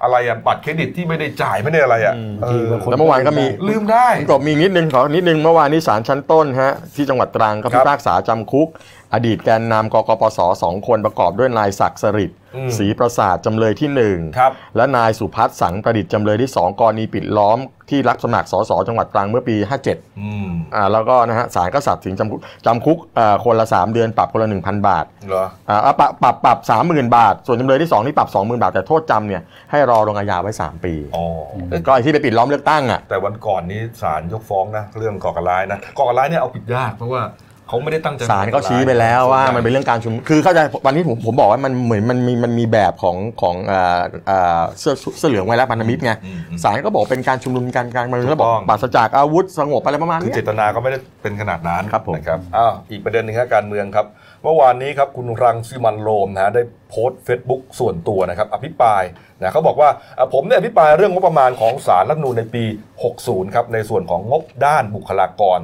[SPEAKER 1] อะไรอะบัตรเครดิตที่ไม่ได้จ่ายไม่ได้อะไรอะเออ
[SPEAKER 3] จริงบางค
[SPEAKER 2] แล้วเมื่อวานก็มี
[SPEAKER 1] ลืมได้
[SPEAKER 2] ผมกบมีนิดนึงขอนิดนึงเมื่อวานนี้ศาลชั้นต้นฮะที่จังหวัดตรังก็
[SPEAKER 1] ครั
[SPEAKER 2] พิ
[SPEAKER 1] บ
[SPEAKER 2] พากษาจำคุก อดีตแกนนำกกปสสองคนประกอบด้วยนายศักดิ์สริด
[SPEAKER 1] อืม
[SPEAKER 2] ศรีประสาทจำเลยที่หนึ่ง
[SPEAKER 1] ครับ
[SPEAKER 2] และนายสุพัฒน์สังประดิษฐ์จำเลยที่ 2กรณีปิดล้อมที่รับสมัครสสจังหวัดตรังเมื่อปี 57
[SPEAKER 1] อืม
[SPEAKER 2] อ่าแล้วก็นะฮะศาลก็สับสินจำคุกจำคุกเอ่อคนละ 3 เดือนปรับคนละ 1,000 บาท
[SPEAKER 1] เหรอ
[SPEAKER 2] อ่าเอาปรับปรับปรับ30,000 บาท ส่วนจำเลยที่ 2 ที่ปรับ 20,000 บาท แต่โทษจำเนี่ยให้รอลงอาญาไว้ 3 ปี
[SPEAKER 1] อ๋อ
[SPEAKER 2] ก็ไอ้ที่ไปปิดล้อมเลือกตั้งอ่ะ
[SPEAKER 1] แต่วันก่อนนี้ศาลยกฟ้องนะ เรื่องก่อการร้ายนะก่อการร้ายเนี่ยเอาผิดยากเพราะว่าเขาไม่ได้ตั้งใจ
[SPEAKER 2] ศาลก็ชี้ไปแล้วว่ามันเป็นเรื่องการชุมนุมคือเข้าใจวันนี้ผมผมบอกว่ามันเหมือนมันมีมันมีแบบของของเอ่อเอ่อเสื้อเสื้อเหลืองไวรัสพันธมิตรไง
[SPEAKER 1] อืมอืม
[SPEAKER 2] ศาลก็บอกเป็นการชุมนุมการการเมืองแล้วบ
[SPEAKER 1] ถูก
[SPEAKER 2] อก
[SPEAKER 1] ต้อง
[SPEAKER 2] ปราศจากอาวุธสงบอะไรประมาณ
[SPEAKER 1] คือ
[SPEAKER 2] เนี้ย
[SPEAKER 1] เจตนาก็ไม่ได้เป็นขนาดนั้น
[SPEAKER 2] ครับผม
[SPEAKER 1] นะครับอ้าวอีกประเด็นหนึ่งครับการเมืองครับ เมื่อวานนี้ครับคุณรังสิมันต์โรมนะฮะได้โพสต์ Facebook ส่วนตัวนะครับ อภิปรายนะเขาบอกว่าอ่ะผมได้อภิปรายเรื่องงบประมาณของสารรัฐธรรมนูญในปี 60 ครับ ในส่วนของงบด้านบุคลากร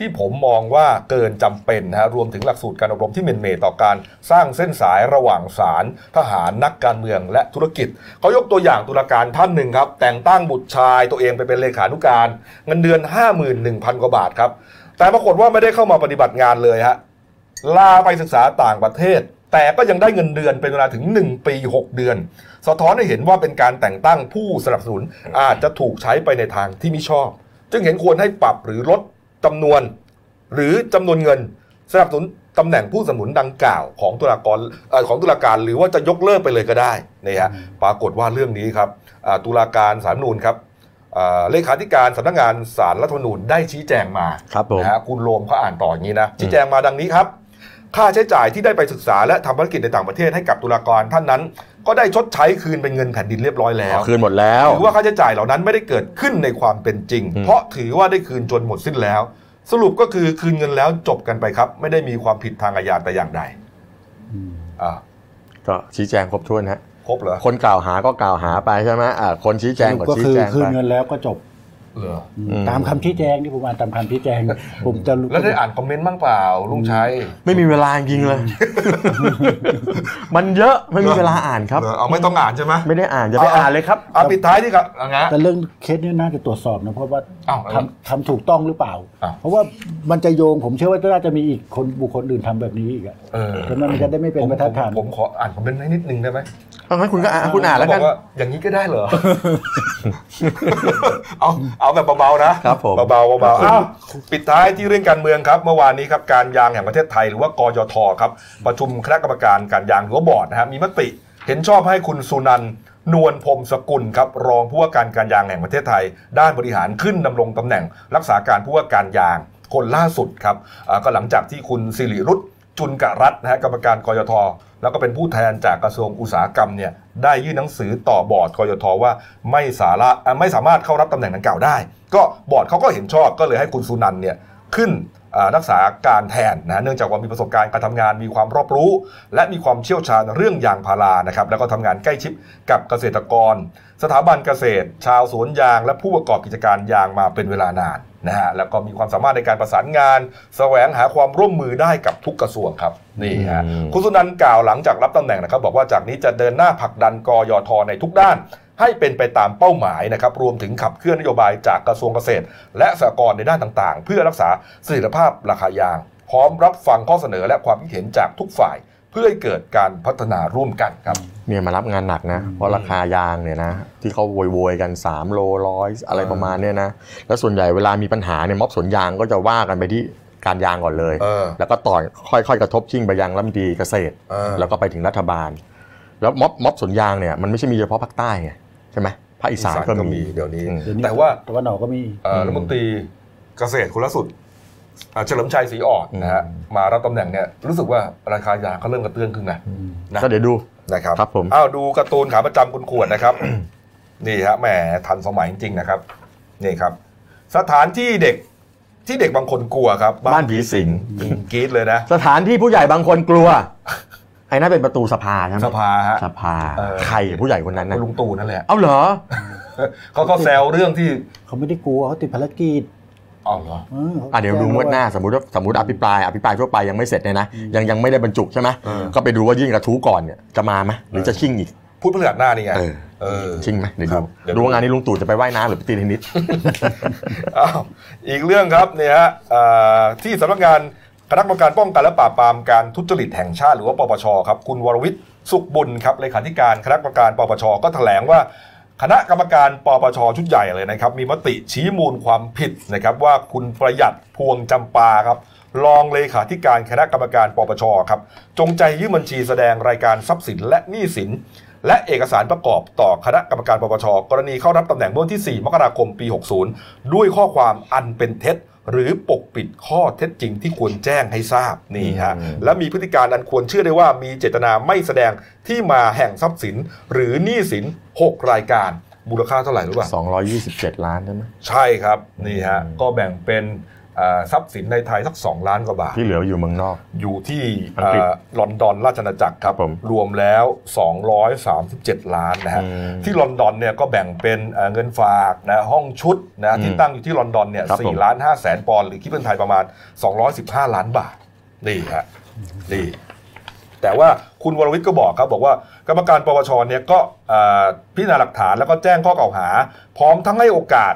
[SPEAKER 1] ที่ผมมองว่าเกินจำเป็นนะฮะรวมถึงหลักสูตรการอบรมที่เมนเมย์ต่อการสร้างเส้นสายระหว่างศาลทหารนักการเมืองและธุรกิจ เขายกตัวอย่างตุลาการท่านหนึ่งครับ แต่งตั้งบุตรชายตัวเองไปเป็นเลขานุการ เงินเดือน 51,000 กว่าบาทครับ แต่ปรากฏว่าไม่ได้เข้ามาปฏิบัติงานเลยฮะ ลาไปศึกษาต่างประเทศ แต่ก็ยังได้เงินเดือนเป็นเวลาถึง 1 ปี 6 เดือน สะท้อนให้เห็นว่าเป็นการแต่งตั้งผู้สนับสนุนอาจจะถูกใช้ไปในทางที่ไม่ชอบ จึงเห็นควรให้ปรับหรือลดจำนวน หรือจำนวนเงินสนับสนุนตำแหน่งผู้สนับสนุนดังกล่าวของตุลากรเอ่อของตุลาการหรือว่าจะยกเลิกไปเลยก็ได้นี่ฮะปรากฏว่าเรื่องนี้ครับอ่าตุลาการสารนูนครับอ่าเลขาธิการสำนักงานสารรัฐธรรมนูญได้ชี้แจงมา
[SPEAKER 2] ครับผม
[SPEAKER 1] นะฮะคุณโรมเขาอ่านต่ออย่างนี้นะชี้แจงมาดังนี้ครับ ค่าใช้จ่ายที่ได้ไปศึกษาและทำภารกิจในต่างประเทศให้กับตุลากรท่านนั้น ก็ได้ชดใช้คืนเป็นเงินแผ่นดินเรียบร้อยแล้ว
[SPEAKER 2] คืนหมดแล้ว
[SPEAKER 1] ถือว่าค่าใช้จ่ายเหล่านั้นไม่ได้เกิดขึ้นในความเป็นจริง
[SPEAKER 2] อืม
[SPEAKER 1] เพราะถือว่าได้คืนจนหมดสิ้นแล้ว สรุปก็คือคืนเงินแล้วจบกันไปครับ ไม่ได้มีความผิดทางอาญาแต่อย่างใด
[SPEAKER 3] อืม
[SPEAKER 1] อ่ะ
[SPEAKER 2] ก็ชี้แจงครบถ้วนฮะ
[SPEAKER 1] ครบเหรอ
[SPEAKER 2] คนกล่าวหาก็กล่าวหาไปใช่ไหมอ่าคนชี้แจงก็
[SPEAKER 3] ก็
[SPEAKER 2] ชี้
[SPEAKER 3] คือ
[SPEAKER 2] แจง
[SPEAKER 3] คื
[SPEAKER 2] ไป
[SPEAKER 3] นเงินแล้วก็จบ
[SPEAKER 1] เหรอ
[SPEAKER 3] อืม
[SPEAKER 2] อืม
[SPEAKER 3] ตามคำชี้แจงที่ผมอ่านตามคำชี้แจง ผมจะรู้
[SPEAKER 1] แล้วได้อ่านคอมเมนต์บ้างเปล่าลุงชัย
[SPEAKER 2] ไม่มีเวลาจริงๆเลย มันเยอะไม่มีเวลาอ่านครับ
[SPEAKER 1] เหอเอาไม่ต้องอ่านใช่ไหม
[SPEAKER 2] ไม่ได้อ่านจะไป
[SPEAKER 1] เอา
[SPEAKER 2] อ่านเลยครับ
[SPEAKER 1] เอาปิดท้ายที่ครับอ่ะงั้น
[SPEAKER 3] แต่เรื่องเคสนี้น่าจะตรวจสอบนะเพราะว่า
[SPEAKER 1] อ้าว
[SPEAKER 3] ทำทำถูกต้องหรือเปล่า
[SPEAKER 1] อ้าว
[SPEAKER 3] เพราะว่ามันจะโยงผมเชื่อว่าน่าจะมีอีกคนบุคคลอื่นทำแบบนี้อีกอะ
[SPEAKER 1] เออ
[SPEAKER 3] แต่มันจะได้ไม่เป็นบรรทัดฐาน
[SPEAKER 1] ผมผมผมขออ่านคอมเมนต์ให้นิดนึงได้ไหม
[SPEAKER 2] เอางั้นคุณก็อ่านคุณอ่านแล้วกัน
[SPEAKER 1] เขบว่าอย่างนี้ก็ได้เหร
[SPEAKER 2] *laughs*
[SPEAKER 1] อ เอาเอาแบบเบาๆนะครับ
[SPEAKER 2] ผม
[SPEAKER 1] เบาๆเบาๆอ้าวปิดท้ายที่เรื่องการเมืองครับเมื่อวานนี้ครับการยางแห่งประเทศไทยหรือว่ากยทครับ ประชุมคณะกรรมการการยางหรือว่าบอร์ดนะฮะมีมติ เห็นชอบให้คุณสุนันท์นวลพรมสกุลครับรองผู้ว่าการการยางแห่งประเทศไทย ด้านบริหารขึ้นดำรงตำแหน่ง รักษาการผู้ว่าการยางคนล่าสุดครับอ่าก็หลังจากที่คุณสิริรุต จุนกะรัฐนะฮะกรรมการกยท แล้วก็เป็นผู้แทนจากกระทรวงอุตสาหกรรมเนี่ยได้ยื่นหนังสือต่อบอร์ดกยท ว่าไม่สาระอ่ะไม่สามารถเข้ารับตำแหน่งดังกล่าวได้ ก็บอร์ดเขาก็เห็นชอบก็เลยให้คุณสุนันท์เนี่ยขึ้นอ่ารักษาการแทนนะฮะเนื่องจากว่ามีประสบการณ์การทำงานมีความรอบรู้ และมีความเชี่ยวชาญเรื่องยางพารานะครับแล้วก็ทำงานใกล้ชิดกับเกษตรกร สถาบันเกษตร ชาวสวนยาง และผู้ประกอบกิจการยางมาเป็นเวลานานนะฮะแล้วก็มีความสามารถในการประสานงาน แสวงหาความร่วมมือได้กับทุกกระทรวงครับนี่ฮะ
[SPEAKER 2] อืม
[SPEAKER 1] คุณสุนันท์กล่าวหลังจากรับตำแหน่งนะครับ บอกว่าจากนี้จะเดินหน้าผลักดันกยทในทุกด้าน ให้เป็นไปตามเป้าหมายนะครับรวมถึงขับเคลื่อนนโยบายจากกระทรวงเกษตร และสหกรณ์ในด้านต่างๆ เพื่อรักษาเสถียรภาพราคายาง พร้อมรับฟังข้อเสนอและความคิดเห็นจากทุกฝ่าย เพื่อให้เกิดการพัฒนาร่วมกันครับ
[SPEAKER 2] เนี่ยมารับงานหนักนะ เพราะราคายางเนี่ยนะ ที่เขาโวยๆกัน 3 โลร้อยอะไรประมาณเนี่ยนะ แล้วส่วนใหญ่เวลามีปัญหาเนี่ยม็อบสวนยางก็จะว่ากันไปที่การยางก่อนเลย
[SPEAKER 1] เออ
[SPEAKER 2] แล้วก็ต่อค่อย ๆ กระทบชิ่งไปยังรัฐมนตรีเกษตร
[SPEAKER 1] เออ
[SPEAKER 2] แล้วก็ไปถึงรัฐบาล แล้วม็อบม็อบสวนยางเนี่ยมันไม่ใช่มีเฉพาะภาคใต้ไงใช่ไหมภาคอีสานก็มี
[SPEAKER 1] เดี๋ยวนี้
[SPEAKER 2] อืม
[SPEAKER 3] เดี๋ยนี้
[SPEAKER 1] แต่ว่า
[SPEAKER 3] แต่ว่าหนอก็มี
[SPEAKER 1] เอ่อ
[SPEAKER 2] อืม
[SPEAKER 1] รัฐมนตรีเกษตรคนล่าสุดอ่าเฉลิมชัยศรีอ่อน
[SPEAKER 2] อืม
[SPEAKER 1] นะฮะมารับตำแหน่งเนี่ยรู้สึกว่าราคายางเขาเริ่มกระเตื้องขึ้นนะนะ
[SPEAKER 2] ก็เดี๋ยวดู
[SPEAKER 1] นะครับ
[SPEAKER 2] ครับผม
[SPEAKER 1] อ้าวดูการ์ตูนขาประจำคุณขวดนะครับ *coughs* นี่ฮะแหมทันสมัยจริงๆนะครับนี่ครับ สถานที่เด็กที่เด็กบางคนกลัวครับ
[SPEAKER 2] บ้านผีสิง
[SPEAKER 1] อืมกรีดเลยนะ
[SPEAKER 2] สถานที่ผู้ใหญ่บางคนกลัว ไอ้นั่นเป็นประตูสภาใช่ไหม
[SPEAKER 1] สภาฮะ
[SPEAKER 2] สภา
[SPEAKER 1] เออ
[SPEAKER 2] ใครผู้ใหญ่คนนั้นนะ
[SPEAKER 1] คุณลุงตู่นั่นแหละ
[SPEAKER 2] เอาเหรอ
[SPEAKER 1] เขาก็แซวเรื่องที่
[SPEAKER 3] เขาไม่ได้กลัวเขาติดภารกิจ
[SPEAKER 1] อ้าวเหรอ
[SPEAKER 3] เออขา
[SPEAKER 2] อ่ะเดี๋ยวดูงวดหน้าสมมติว่าสมมติอภิปรายอภิปรายทั่วไปยังไม่เสร็จเนี่ยนะยังยังไม่ได้บรรจุใช่ไหม
[SPEAKER 1] เออ
[SPEAKER 2] ก็ไปดูว่ายื่นกระทู้ก่อนเนี่ยจะมาไหมหรือจะชิ่งอีก
[SPEAKER 1] พูดเพื่อหน้านี่ไง
[SPEAKER 2] เออ
[SPEAKER 1] เออ
[SPEAKER 2] ชิ่งไหมเดี๋ยว
[SPEAKER 1] ครั
[SPEAKER 2] ดู
[SPEAKER 1] บเดี๋ยวดู
[SPEAKER 2] ดูว่างานนี้ลุงตู่จะไปว่ายน้ำหรือไปตีเทนนิส
[SPEAKER 1] อ้าวอีกเรื่องครับเนี่ยฮะอ่าที่สำนักงาน คณะกรรมการป้องกันและปราบปรามการทุจริตแห่งชาติหรือว่าปปชครับคุณวรวิทย์สุขบุญครับเลขาธิการคณะกรรมการปปชก็แถลงว่า คณะกรรมการปปชชุดใหญ่เลยนะครับ มีมติชี้มูลความผิดนะครับ ว่าคุณประหยัดพวงจำปาครับรองเลขาธิการคณะกรรมการปปชครับ จงใจยื่นบัญชีแสดงรายการทรัพย์สินและหนี้สิน และเอกสารประกอบต่อคณะกรรมการปปชกรณีเข้ารับตำแหน่งเมื่อวันที่ 4 มกราคมปี 60 ด้วยข้อความอันเป็นเท็จ หรือปกปิดข้อเท็จจริงที่ควรแจ้งให้ทราบนี่ฮะ
[SPEAKER 2] อืม
[SPEAKER 1] และมีพฤติการอันควรเชื่อได้ว่ามีเจตนาไม่แสดงที่มาแห่งทรัพย์สิน หรือหนี้สิน 6 รายการ มูลค่าเท่าไหร่รู้ป่ะ
[SPEAKER 2] 227 ล้านใช่ไหม
[SPEAKER 1] ใช่ครับนี่ฮะก็แบ่งเป็นเอ่อทรัพย์สินในไทยสัก 2 ล้านกว่าบาท
[SPEAKER 2] ที่เหลืออยู่เมืองนอก
[SPEAKER 1] อยู่ที่
[SPEAKER 2] อังกฤษ
[SPEAKER 1] เอ่อลอนดอนราชอาณาจักรครับ
[SPEAKER 2] ครับผม
[SPEAKER 1] รวมแล้ว 237 ล้านนะฮะ
[SPEAKER 2] อืม
[SPEAKER 1] ที่ลอนดอนเนี่ยก็แบ่งเป็นเอ่อเงินฝากนะห้องชุดนะที่ตั้งอยู่ที่ลอนดอนเนี่ย
[SPEAKER 2] ครับผม
[SPEAKER 1] สี่ล้านห้าแสนปอนด์หรือคิดเป็นไทยประมาณ 215 ล้านบาทนี่ฮะนี่แต่ว่าคุณวรวิทย์ก็บอกครับบอกว่ากรรมการปปชเนี่ยก็เอ่อพิจารณาหลักฐานแล้วก็แจ้งข้อกล่าวหา พร้อมทั้งให้โอกาส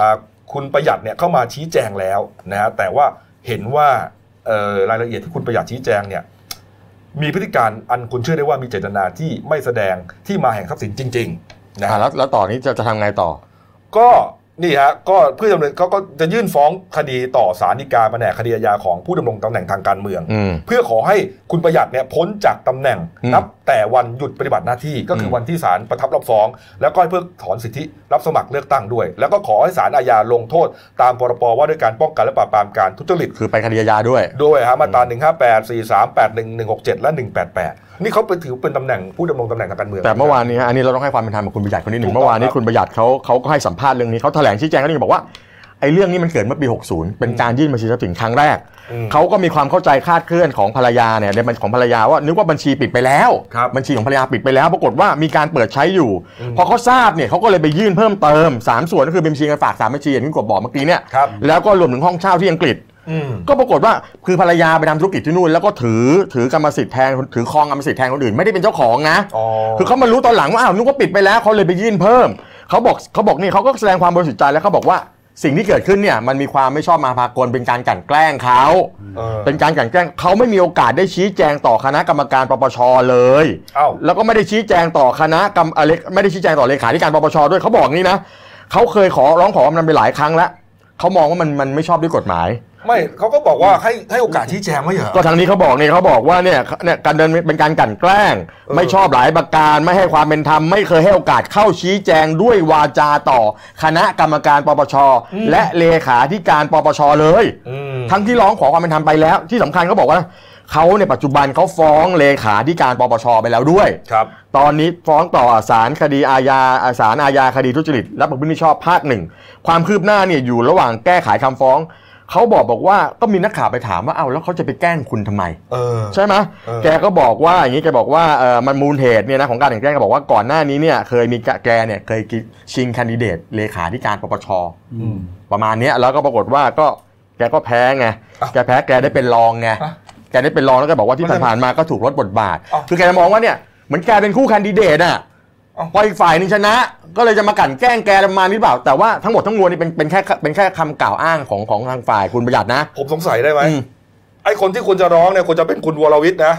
[SPEAKER 1] อ่าคุณประหยัดเนี่ยเข้ามาชี้แจงแล้วนะฮะแต่ว่าเห็นว่าเอ่อรายละเอียดที่คุณประหยัดชี้แจงเนี่ยมีพฤติการอันคุณเชื่อได้ว่ามีเจตนาที่ไม่แสดงที่มาแห่งทรัพย์สินจริงๆนะ
[SPEAKER 2] อ่ะ
[SPEAKER 1] ฮะ
[SPEAKER 2] แล้วแล้วต่อนี้จะจะทำไงต่อ
[SPEAKER 1] ก็นี่ฮะก็เพื่อดำเนินเขาก็จะยื่นฟ้องคดีต่อศาลฎีกาแผนกคดีอาญาของผู้ดำรงตำแหน่งทางการเมือง
[SPEAKER 2] อืม
[SPEAKER 1] เพื่อขอให้คุณประหยัดเนี่ยพ้นจากตำแหน่ง
[SPEAKER 2] อืม
[SPEAKER 1] นับแต่วันหยุดปฏิบัติหน้าที่ก็คืออ
[SPEAKER 2] ม
[SPEAKER 1] วันที่ศาลประทับรับฟ้อง แล้วก็ให้เพิกถอนสิทธิรับสมัครเลือกตั้งด้วย แล้วก็ขอให้ศาลอาญาลงโทษ ตามพรปว่าด้วยการป้องกันและปราบปรามการทุจริต
[SPEAKER 2] คือไปคดีอาญาด้วย
[SPEAKER 1] ด้วยฮะมาตรา158 4381 167 และ 188 นี่เขาไปถือเป็นตำแหน่งผู้ดำรงตำแหน่งทางการเมือง
[SPEAKER 2] แต่เมื่อวานนี้ฮะอันนี้เราต้องให้ความเป็นธรรมกับคุณประหยัดคนนี้หนึ่
[SPEAKER 1] ถู
[SPEAKER 2] ง
[SPEAKER 1] กต้อง
[SPEAKER 2] เมื่อวาน
[SPEAKER 1] ค
[SPEAKER 2] นี้
[SPEAKER 1] รับ
[SPEAKER 2] คุณประหยัดเขาเขาก็ให้สัมภาษณ์เรื่องนี้เขาแถลงชี้แจงก็ยังบอกว่าไอ้เรื่องนี้มันเกิดเมื่อปี 60 เป็นการยื่นบัญชีทรัพย์สินครั้งแรก
[SPEAKER 1] อืม
[SPEAKER 2] เขาก็มีความเข้าใจคลาดเคลื่อนของภรรยาเนี่ยในบัญของภรรยาว่านึกว่าบัญชีปิดไปแล้ว
[SPEAKER 1] ครับ
[SPEAKER 2] ญชีของภรรยาปิดไปแล้ว ปรากฏว่ามีการเปิดใช้อยู่
[SPEAKER 1] อืม
[SPEAKER 2] พอเขาทราบเนี่ยเขาก็เลยไปยื่นเพิ่มเติมสามส่วนก็คือบัญชีเงินฝากสามบัญชีอย่างที่กบบอกเมื่อกี้เนี่ย
[SPEAKER 1] ครับ
[SPEAKER 2] แล้วก็รวมถึงห้องเช่าที่อังกฤษ
[SPEAKER 1] อืม
[SPEAKER 2] ก็ปรากฏว่าคือภรรยาไปทำธุรกิจที่นู่นแล้วก็ถือถือกรรมสิทธิ์แทนถือครองกรรมสิทธิ์แทนคนอื่นไม่ได้เป็นเจ้าของนะ
[SPEAKER 1] อ๋อ
[SPEAKER 2] คือเขามารู้ตอนหลังว่าอ้าวนึกว่าปิดไปแล้วเขาเลยไปยื่นเพิ่มเขาบอกเขาบอกนี่เขาก็แสดงความบริสุทธิ์ใจแล้วเขาบอกว่าสิ่งที่เกิดขึ้นเนี่ยมันมีความไม่ชอบมาพากลเป็นการกลั่นแกล้งเขา
[SPEAKER 1] เออ
[SPEAKER 2] เป็นการกลั่นแกล้งเขาไม่มีโอกาสได้ชี้แจงต่อคณะกรรมการปปชเลย
[SPEAKER 1] อ้าว
[SPEAKER 2] แล้วก็ไม่ได้ชี้แจงต่อคณะกรรมอะไรไม่ได้ชี้แจงต่อเลขาธิการปปชด้วยเขาบอกนี่นะเขาเคยขอร้องขออำนาจไปหลายครั้งแล้วเขามองว่ามันมันไม่ชอบด้วยกฎหมาย
[SPEAKER 1] ไม่เขาก็บอกว่าให้ให้โอกาสชี้แจงไม่เหรอ
[SPEAKER 2] ก็ทางนี้เขาบอกเนี่ยเขาบอกว่าเนี่ยเนี่ยการเดินเป็นการกลั่นแกล้ง
[SPEAKER 1] เออ
[SPEAKER 2] ไม่ชอบหลายประการไม่ให้ความเป็นธรรมไม่เคยให้โอกาสเข้าชี้แจงด้วยวาจาต่อ คณะกรรมการปปชและเลขาธิการปปชเลย
[SPEAKER 1] อืม
[SPEAKER 2] ทั้งที่ร้องขอความเป็นธรรมไปแล้ว ที่สำคัญเขาบอกว่าเขาในยปัจจุบันเขาฟ้องเลขาธิการปปชไปแล้วด้วย
[SPEAKER 1] ครับ
[SPEAKER 2] ตอนนี้ฟ้องต่อศาลคดีอาญาอ่าศาลอาญาคดีทุจริตและประพฤติมิชอบภาคหนึ่งความคืบหน้าเนี่ยอยู่ระหว่างแก้ไขคำฟ้อง เขาบอกบอกว่าก็มีนักข่าวไปถามว่าเอ้าแล้วเขาจะไปแกล้งคุณทำไม
[SPEAKER 1] เออ
[SPEAKER 2] ใช่ไหม
[SPEAKER 1] เออ
[SPEAKER 2] แกก็บอกว่าอย่างนี้แกบอกว่าเออมันมูลเหตุเนี่ยนะของการแต่งแกล้งแกบอกว่าก่อนหน้านี้เนี่ยเคยมีแกแกเนี่ยเคยชิงแคนดิเดตเลขาธิการปปช
[SPEAKER 3] อืม
[SPEAKER 2] ประมาณเนี้ยแล้วก็ปรากฏว่าก็แกก็แพ้ไง
[SPEAKER 1] อ้าว
[SPEAKER 2] แกแพ้แกได้เป็นรองไง
[SPEAKER 1] ฮะ
[SPEAKER 2] แกได้เป็นรองแล้วก็บอกว่าที่ผ่านๆมาก็ถูกลดบทบาท
[SPEAKER 1] อ้าว
[SPEAKER 2] คือแกจะมองว่าเนี่ยเหมือนแกเป็นคู่แคนดิเดตอ่ะ
[SPEAKER 1] อ้าว
[SPEAKER 2] พออีกฝ่ายหนึงชนะ ก็เลยจะมากลั่นแกล้งแกประมาณนี้หรือเปล่า แต่ว่าทั้งหมดทั้งมวลนี่เป็นเป็นแค่เป็นแค่คำกล่าวอ้างของของทางฝ่ายคุณประหยัดนะ
[SPEAKER 1] ผมสงสัยได้ไหม
[SPEAKER 2] อืม
[SPEAKER 1] ไอ้คนที่ควรจะร้องเนี่ยควรจะเป็นคุณวรวิทย์นะ